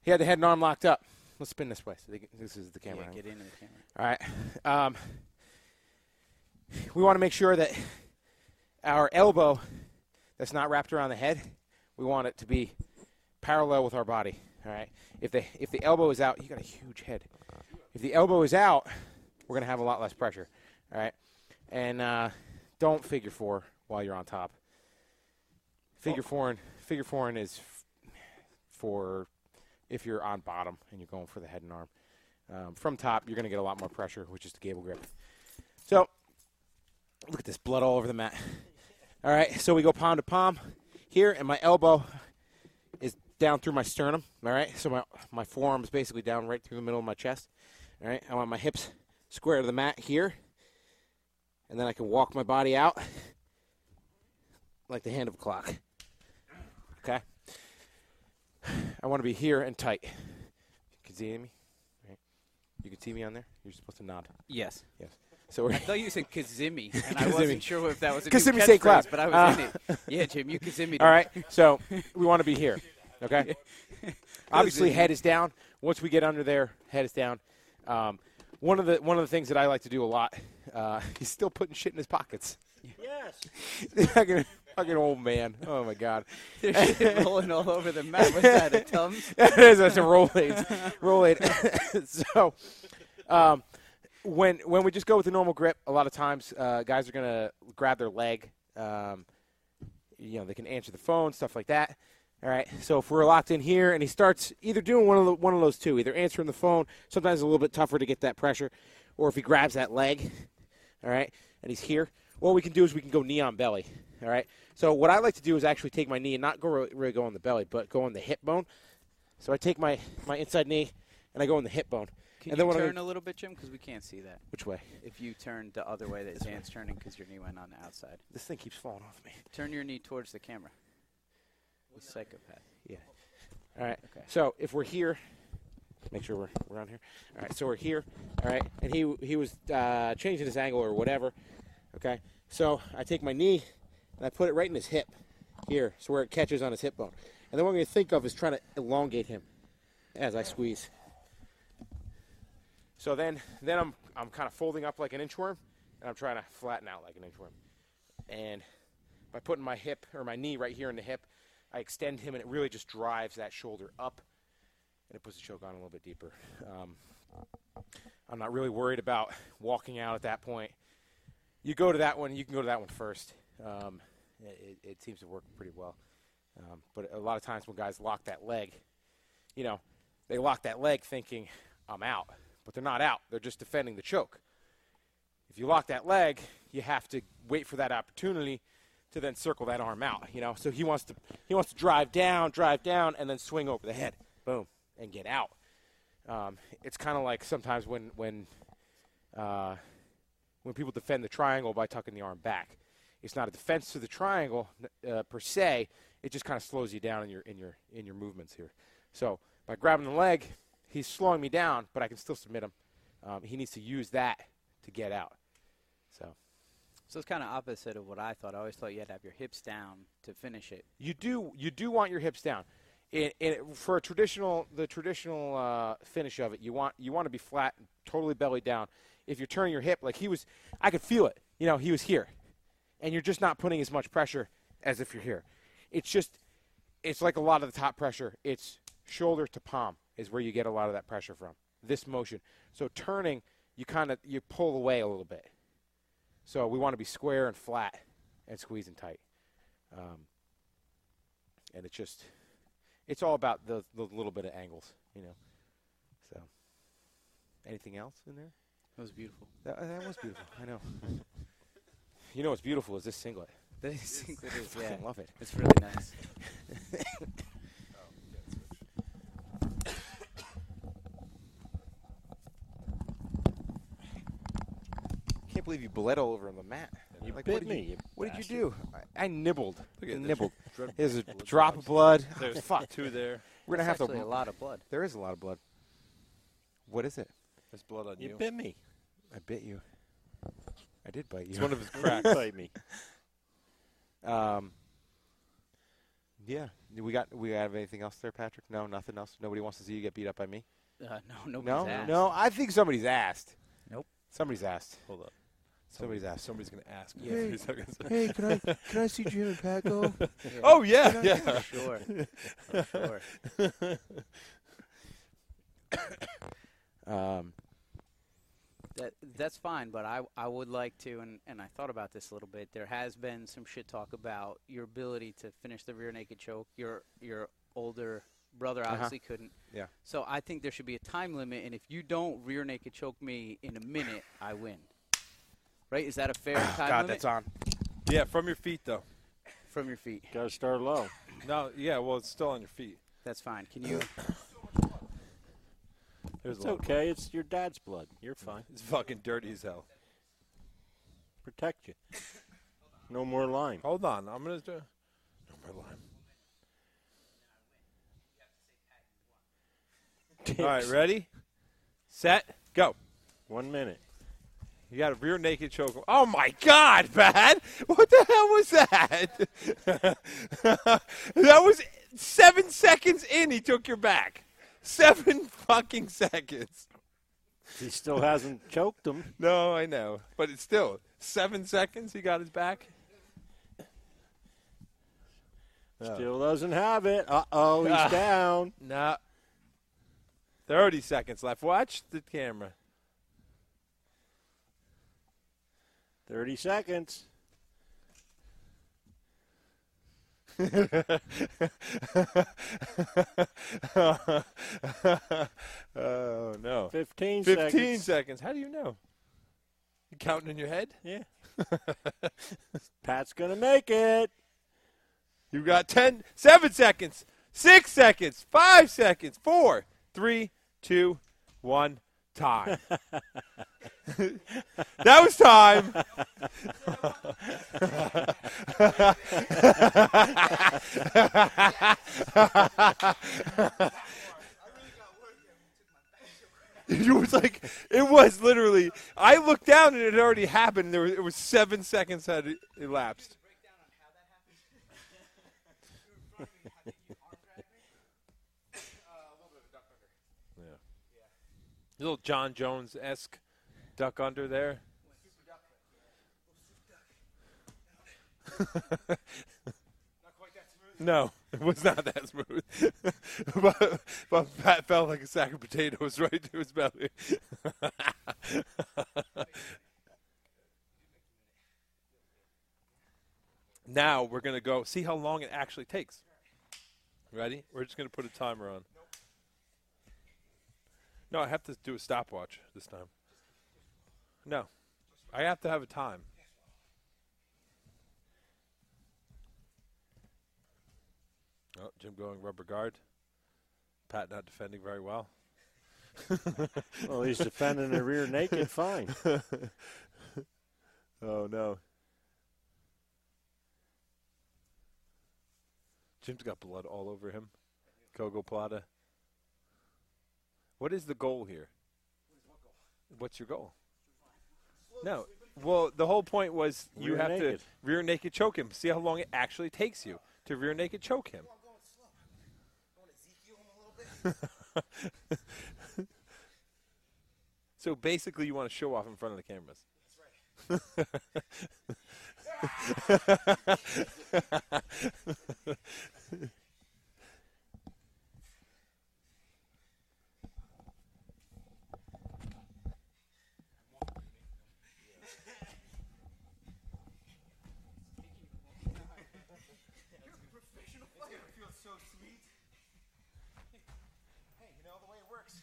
Speaker 2: He had the head and arm locked up. Let's spin this way. So they can, this is the
Speaker 3: Yeah,
Speaker 2: camera.
Speaker 3: get into the camera.
Speaker 2: All right. Um, we want to make sure that our elbow that's not wrapped around the head, we want it to be parallel with our body. All right. If the if the elbow is out, you got a huge head. If the elbow is out, we're gonna have a lot less pressure. All right. And uh, don't figure four while you're on top. Figure four and figure four and is f- for if you're on bottom and you're going for the head and arm. Um, from top, you're going to get a lot more pressure, which is the gable grip. So, look at this blood all over the mat. All right, so we go palm to palm here, and my elbow is down through my sternum. All right, so my my forearm is basically down right through the middle of my chest. All right, I want my hips square to the mat here, and then I can walk my body out like the hand of a clock. Okay, I want to be here and tight. You can see me. Right? You can see me on there. You're supposed to nod.
Speaker 3: Yes.
Speaker 2: Yes. So we're
Speaker 3: I thought you said Kazimi, and I
Speaker 2: Kazimi.
Speaker 3: wasn't sure if that was a new
Speaker 2: Kazimi St. Cloud.
Speaker 3: catchphrase, but I was in it. Yeah, Jim, you Kazimi.
Speaker 2: Uh. All right. So we want to be here. Okay. Obviously, head is down. Once we get under there, head is down. Um, one of the one of the things that I like to do a lot. Uh, he's still putting shit in his pockets.
Speaker 4: Yes.
Speaker 2: fucking, fucking old man. Oh my god.
Speaker 3: There's shit rolling all over the mat. Was that a Tums?
Speaker 2: That's a roll aid. Roll aid. so, um, when when we just go with the normal grip, a lot of times uh, guys are gonna grab their leg. Um, you know, they can answer the phone, stuff like that. All right. So if we're locked in here, and he starts either doing one of the, one of those two, either answering the phone, sometimes it's a little bit tougher to get that pressure, or if he grabs that leg, all right, and he's here. What we can do is we can go knee on belly. All right. So what I like to do is actually take my knee and not go really go on the belly, but go on the hip bone. So I take my, my inside knee and I go in the hip bone.
Speaker 3: Can
Speaker 2: and then
Speaker 3: you
Speaker 2: when
Speaker 3: turn
Speaker 2: I,
Speaker 3: a little bit, Jim? Because we can't see that.
Speaker 2: which way?
Speaker 3: If you turn the other way that Dan's turning because your knee went on the outside.
Speaker 2: This thing keeps falling off me.
Speaker 3: Turn your knee towards the camera. You psychopath.
Speaker 2: All right.
Speaker 3: Okay.
Speaker 2: So if we're here, make sure we're, we're on here. All right. So we're here. All right. And he he was uh, changing his angle or whatever. Okay. So I take my knee and I put it right in his hip here, so where it catches on his hip bone. And then what I'm going to think of is trying to elongate him as I squeeze. So then then I'm I'm kind of folding up like an inchworm, and I'm trying to flatten out like an inchworm. And by putting my hip or my knee right here in the hip, I extend him, and it really just drives that shoulder up, and it puts the choke on a little bit deeper. Um, I'm not really worried about walking out at that point. You go to that one, you can go to that one first. Um, it, it- it seems to work pretty well. Um, but a lot of times when guys lock that leg, you know, they lock that leg thinking, I'm out. But they're not out, they're just defending the choke if you lock that leg, you have to wait for that opportunity to then circle that arm out. You know, so he wants to he wants to drive down, drive down, and then swing over the head, boom, and get out. Um, it's kind of like sometimes when when uh, when people defend the triangle by tucking the arm back. It's not a defense to the triangle uh, per se. It just kind of slows you down in your in your in your movements here. So by grabbing the leg, he's slowing me down, but I can still submit him. Um, he needs to use that to get out. So
Speaker 3: So it's kind of opposite of what I thought. I always thought you had to have your hips down to finish it.
Speaker 2: you do you do want your hips down. In, in, for a traditional the traditional uh, finish of it, you want you want to be flat, totally belly down. If you're turning your hip like he was, I could feel it. You know, he was here, and you're just not putting as much pressure as if you're here. It's just it's like a lot of the top pressure. It's shoulder to palm is where you get a lot of that pressure from. This motion. So turning, you kind of you pull away a little bit. So we want to be square and flat and squeezing tight. Um, and it's just it's all about the, the little bit of angles, you know. So anything else in there?
Speaker 3: It was beautiful.
Speaker 2: That, that was beautiful. I know. You know what's beautiful is this singlet.
Speaker 3: That is, it is,
Speaker 2: I
Speaker 3: yeah.
Speaker 2: love it.
Speaker 3: It's really nice.
Speaker 2: Can't believe you bled all over on the mat.
Speaker 4: You
Speaker 2: Like, what
Speaker 4: bit
Speaker 2: did
Speaker 4: me.
Speaker 2: you-
Speaker 4: you
Speaker 2: What did
Speaker 4: bastard.
Speaker 2: you do? I, I nibbled.
Speaker 1: Look at
Speaker 2: I
Speaker 1: this.
Speaker 2: nibbled.
Speaker 1: Drip-
Speaker 2: There's a
Speaker 1: blood
Speaker 2: drop of blood.
Speaker 1: There's
Speaker 2: Fuck.
Speaker 1: two there.
Speaker 2: We're gonna
Speaker 3: It's
Speaker 2: have to.
Speaker 3: actually a lot of blood.
Speaker 2: There is a lot of blood. What is it?
Speaker 1: There's blood on
Speaker 4: You,
Speaker 1: you.
Speaker 4: bit me.
Speaker 2: I bit you. I did bite you.
Speaker 1: It's one of his
Speaker 4: You did
Speaker 1: cracks.
Speaker 4: bite me.
Speaker 2: Um, yeah, we got we have anything else there, Patrick? No, nothing else. Nobody wants to see you get beat up by me.
Speaker 3: Uh, no, nobody's
Speaker 2: no,
Speaker 3: asked.
Speaker 2: no. I think somebody's asked.
Speaker 3: Nope.
Speaker 2: Somebody's asked.
Speaker 1: Hold up.
Speaker 2: Somebody's asked.
Speaker 1: Somebody's gonna ask.
Speaker 3: Yeah.
Speaker 1: in a few seconds.
Speaker 2: Hey, can I can I see Jim and Pat go?
Speaker 3: Yeah,
Speaker 1: oh yeah,
Speaker 3: for
Speaker 1: yeah.
Speaker 3: sure. For sure.
Speaker 2: Um,
Speaker 3: That, that's fine, but I, I would like to, and, and I thought about this a little bit. There has been some shit talk about your ability to finish the rear naked choke. Your your older brother obviously couldn't.
Speaker 2: Uh-huh. Yeah.
Speaker 3: So I think there should be a time limit, and if you don't rear naked choke me in a minute, I win. Right? Is that a fair time
Speaker 2: God,
Speaker 3: limit?
Speaker 2: that's on.
Speaker 1: Yeah, from your feet though.
Speaker 3: From your feet.
Speaker 4: Gotta start low.
Speaker 1: No, yeah, well, it's still on your feet.
Speaker 3: That's fine. Can you?
Speaker 1: There's
Speaker 4: It's
Speaker 1: a lot.
Speaker 4: okay. It's your dad's blood. You're fine.
Speaker 1: It's fucking dirty as hell.
Speaker 4: Protect you. No more lime.
Speaker 1: Hold on, I'm gonna do. No more lime. All right, ready, set, go.
Speaker 4: One minute.
Speaker 1: You got a rear naked choke. Oh my God, man! What the hell was that? that was seven seconds in. He took your back. Seven fucking seconds.
Speaker 4: He still hasn't choked him.
Speaker 1: No, I know, but it's still seven seconds. He got his back.
Speaker 4: Still doesn't have it. Uh oh, he's
Speaker 1: Ah.
Speaker 4: down.
Speaker 1: Nah. Thirty seconds left. Watch the camera.
Speaker 4: 30 seconds.
Speaker 1: Oh no.
Speaker 4: 15,
Speaker 1: Fifteen
Speaker 4: seconds.
Speaker 1: seconds. How do you know? You counting in your head?
Speaker 4: Yeah. Pat's going to make it.
Speaker 1: You got 10, 7 seconds, 6 seconds, 5 seconds, four, three, two, one. time. that was time. It was like it was literally. I looked down and it had already happened. There was, it was seven seconds had e-, elapsed.
Speaker 6: Uh,
Speaker 1: little John Jones esque duck under there.
Speaker 5: Oh,
Speaker 1: No, it was not that smooth. but, but Pat fell like a sack of potatoes right to his belly. now we're going to go see how long it actually takes. Ready? We're just going to put a timer on. No, I have to do a stopwatch this time. No, I have to have a time. Oh, Jim going rubber guard. Pat not defending very well.
Speaker 4: Well, he's defending the rear naked. Fine.
Speaker 1: Oh no. Jim's got blood all over him. Coco Plata. What is the goal here? What's your goal? No. Well, the whole point was you
Speaker 4: Rear
Speaker 1: have
Speaker 4: naked.
Speaker 1: to rear naked choke him. See how long it actually takes you to rear naked choke him. So basically, you want to show off in front of the cameras.
Speaker 5: It feels so sweet. Hey, you know the way it works.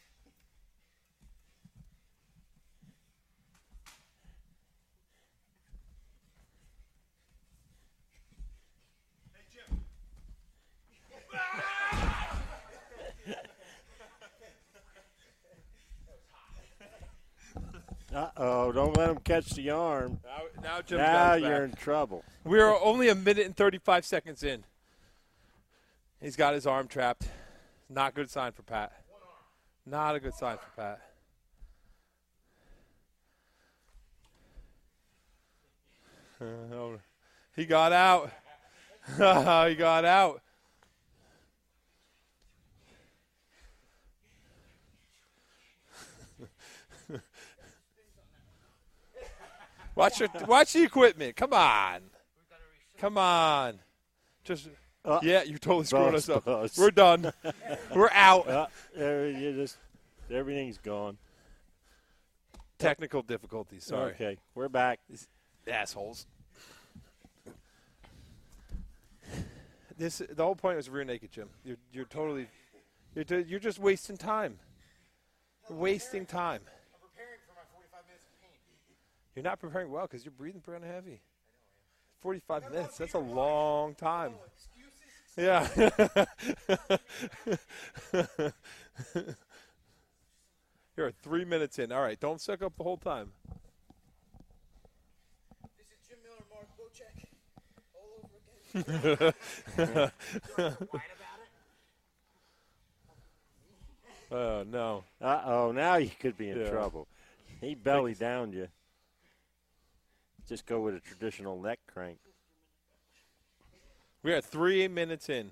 Speaker 5: Hey, Jim.
Speaker 4: Uh oh, don't let him catch the arm.
Speaker 1: Now, now Jim's
Speaker 4: now you're in trouble.
Speaker 1: We are only a minute and 35 seconds in. He's got his arm trapped. Not good sign for Pat. Not a good sign for Pat. Uh, oh, he got out. he got out. Watch your watch the equipment. Come on. Come on. Just
Speaker 4: Uh,
Speaker 1: yeah, you totally screwed us up.
Speaker 4: Buzz, buzz.
Speaker 1: We're done. We're out.
Speaker 4: Uh, there you just everything's gone.
Speaker 1: Technical difficulties. Sorry,
Speaker 4: Okay, we're back.
Speaker 1: assholes. This the whole point was rear naked, Jim. You're you're totally You're, ju- you're just wasting time. You're wasting time.
Speaker 5: I'm preparing for my 45 minutes of pain.
Speaker 1: You're not preparing well because you're breathing pretty heavy. 45 minutes. That's a long time.
Speaker 5: Excuses?
Speaker 1: Yeah. You're three minutes in. All right. Don't suck up the whole time.
Speaker 5: This is Jim Miller, Mark Bochek, all over again.
Speaker 6: Whine about it?
Speaker 1: Oh, no.
Speaker 4: Uh oh, now you could be in
Speaker 1: Yeah.
Speaker 4: trouble. He belly downed you. Just go with a traditional neck crank.
Speaker 1: We are three minutes in.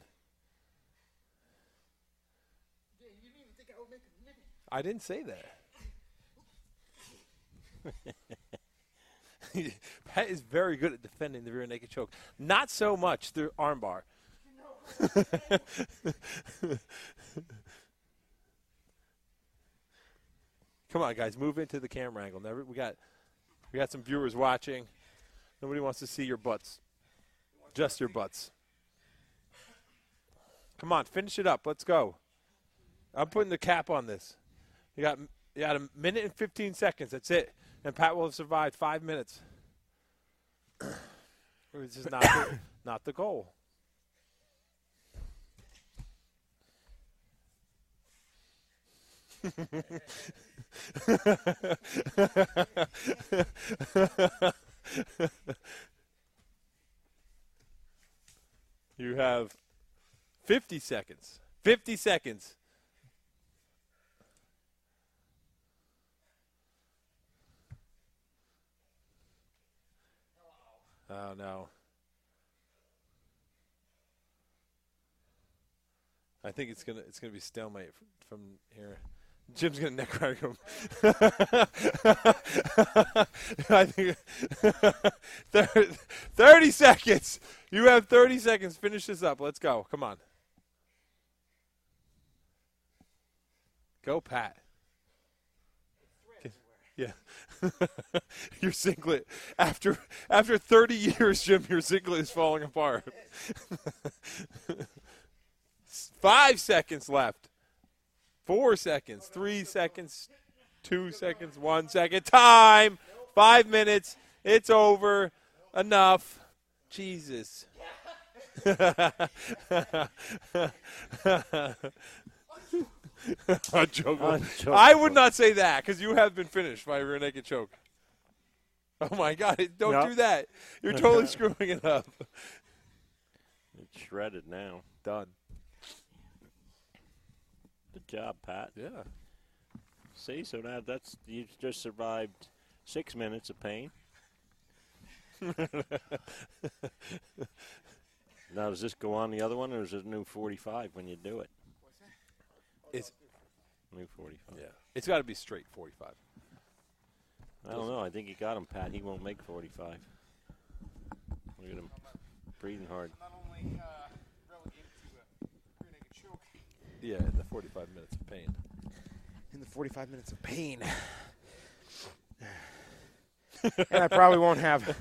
Speaker 5: Yeah, you didn't even think I would make a minute.
Speaker 1: I didn't say that. Pat is very good at defending the rear naked choke. Not so much the armbar. Come on, guys, move into the camera angle. Never, we got, we got some viewers watching. Nobody wants to see your butts, just your butts. Come on, finish it up. Let's go. I'm putting the cap on this. You got you got a minute and 15 seconds. That's it. And Pat will have survived five minutes. Which is not the, not the goal. you have 50 seconds. 50 seconds. Oh no. I think it's gonna it's gonna be stalemate f- from here. Jim's gonna neck crack him. I think thir- thirty seconds. You have thirty seconds. Finish this up. Let's go. Come on. Go, Pat. Yeah. your singlet after after 30 years, Jim, your singlet is falling apart. 5 seconds left. 4 seconds, 3 seconds, 2 seconds, 1 second. Time. 5 minutes. It's over. Enough. Jesus. Unchokable.
Speaker 4: Unchokable.
Speaker 1: I would not say that because you have been finished by a rear naked choke. Oh my God! Don't
Speaker 4: No.
Speaker 1: do that. You're totally screwing it up.
Speaker 4: It's shredded now.
Speaker 1: Done.
Speaker 4: Good job, Pat.
Speaker 1: Yeah.
Speaker 4: See, so now that's you just survived six minutes of pain. now does this go on the other one, or is it a new forty-five when you do it?
Speaker 1: It's
Speaker 4: New forty-five.
Speaker 1: yeah. It's got to be straight 45.
Speaker 4: I don't know. I think you got him, Pat. He won't make forty-five. Look at him breathing hard.
Speaker 5: I'm not only uh, relegated to a rear naked choke,
Speaker 1: Yeah, in the 45 minutes of pain.
Speaker 2: In the 45 minutes of pain. and I probably won't have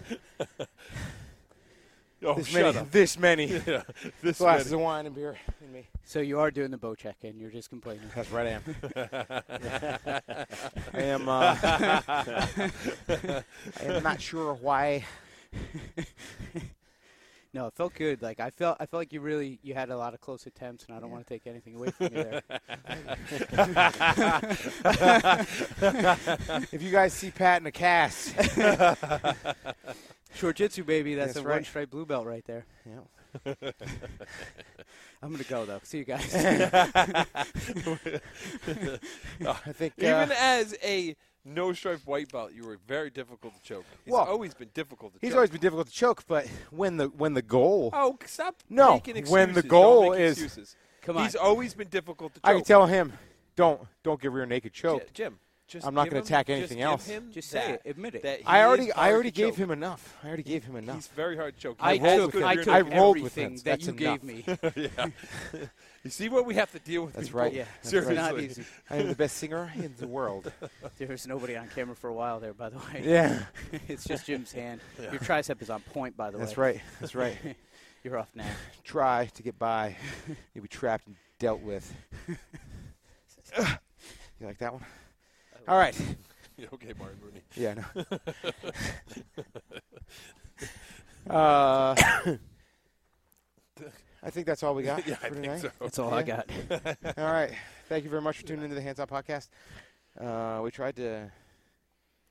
Speaker 1: Oh,
Speaker 2: this
Speaker 1: shut
Speaker 2: many,
Speaker 1: up.
Speaker 2: this many
Speaker 1: yeah. This
Speaker 2: glasses
Speaker 1: many.
Speaker 2: of wine and beer in me.
Speaker 3: So you are doing the bow check, and you're just complaining.
Speaker 2: That's right, I am. I am. Uh, I am not sure why.
Speaker 3: No, it felt good. Like I felt, I felt like you really, you had a lot of close attempts, and I don't want to take anything away from you there.
Speaker 2: If you guys see Pat in a cast,
Speaker 3: Short jitsu, baby. That's,
Speaker 2: That's
Speaker 3: a
Speaker 2: right.
Speaker 3: one stripe blue belt right there.
Speaker 2: Yeah.
Speaker 3: I'm gonna go though. See you guys.
Speaker 2: I think.
Speaker 1: Even
Speaker 2: uh,
Speaker 1: as a no stripe white belt, you were very difficult to choke. He's
Speaker 2: Well,
Speaker 1: always been difficult to
Speaker 2: he's
Speaker 1: choke.
Speaker 2: always been difficult to choke, but when the when the goal,
Speaker 1: Oh, stop
Speaker 2: No,
Speaker 1: making excuses.
Speaker 2: when the
Speaker 1: Don't
Speaker 2: goal
Speaker 1: make
Speaker 2: is-
Speaker 1: excuses.
Speaker 3: Come on.
Speaker 1: He's always been difficult to choke.
Speaker 2: I can tell him, don't don't get rear naked
Speaker 1: Ji-
Speaker 2: choked.
Speaker 1: Jim, just
Speaker 2: I'm not
Speaker 1: give
Speaker 2: gonna
Speaker 1: him-
Speaker 2: attack
Speaker 1: just
Speaker 2: anything
Speaker 1: give
Speaker 2: else.
Speaker 1: him
Speaker 3: Just say
Speaker 1: that-
Speaker 3: it. Admit it.
Speaker 1: that he
Speaker 2: I
Speaker 1: is
Speaker 2: already I
Speaker 1: hard to
Speaker 2: already gave
Speaker 1: choke.
Speaker 2: him enough. I already gave him enough.
Speaker 1: He's very hard to choke.
Speaker 3: I
Speaker 1: He rolls
Speaker 3: took,
Speaker 1: with
Speaker 3: I
Speaker 1: your
Speaker 3: took
Speaker 2: I
Speaker 1: neck.
Speaker 2: rolled with him.
Speaker 3: everything that
Speaker 2: That's
Speaker 3: you
Speaker 2: enough.
Speaker 3: gave me.
Speaker 1: yeah. you see what we have to deal with.
Speaker 2: That's
Speaker 1: people?
Speaker 2: right.
Speaker 3: Yeah,
Speaker 2: That's
Speaker 1: Seriously.
Speaker 2: right.
Speaker 3: not easy.
Speaker 2: I am the best singer in the world.
Speaker 3: There was nobody on camera for a while there, by the way.
Speaker 2: yeah,
Speaker 3: it's just Jim's hand. Your tricep is on point, by the
Speaker 2: that's
Speaker 3: way.
Speaker 2: right. That's right.
Speaker 3: You're off now.
Speaker 2: Try to get by, you'll be trapped in dealt with. you like that one? All right.
Speaker 1: okay, Martin Rooney.
Speaker 2: Yeah, I know. uh, I think that's all we got
Speaker 1: yeah, I
Speaker 2: for
Speaker 1: think
Speaker 2: tonight.
Speaker 1: so.
Speaker 3: That's all I got.
Speaker 2: All right. Thank you very much for tuning into the Hands On Podcast. Uh, we tried to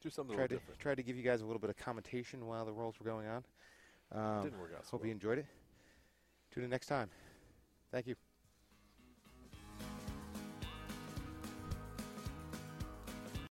Speaker 1: Do something a
Speaker 2: tried
Speaker 1: little
Speaker 2: to
Speaker 1: different.
Speaker 2: tried to give you guys a little bit of commentation while the rolls were going on. Um,
Speaker 1: Didn't work out. so
Speaker 2: hope
Speaker 1: well.
Speaker 2: you enjoyed it. Tune in next time. Thank you.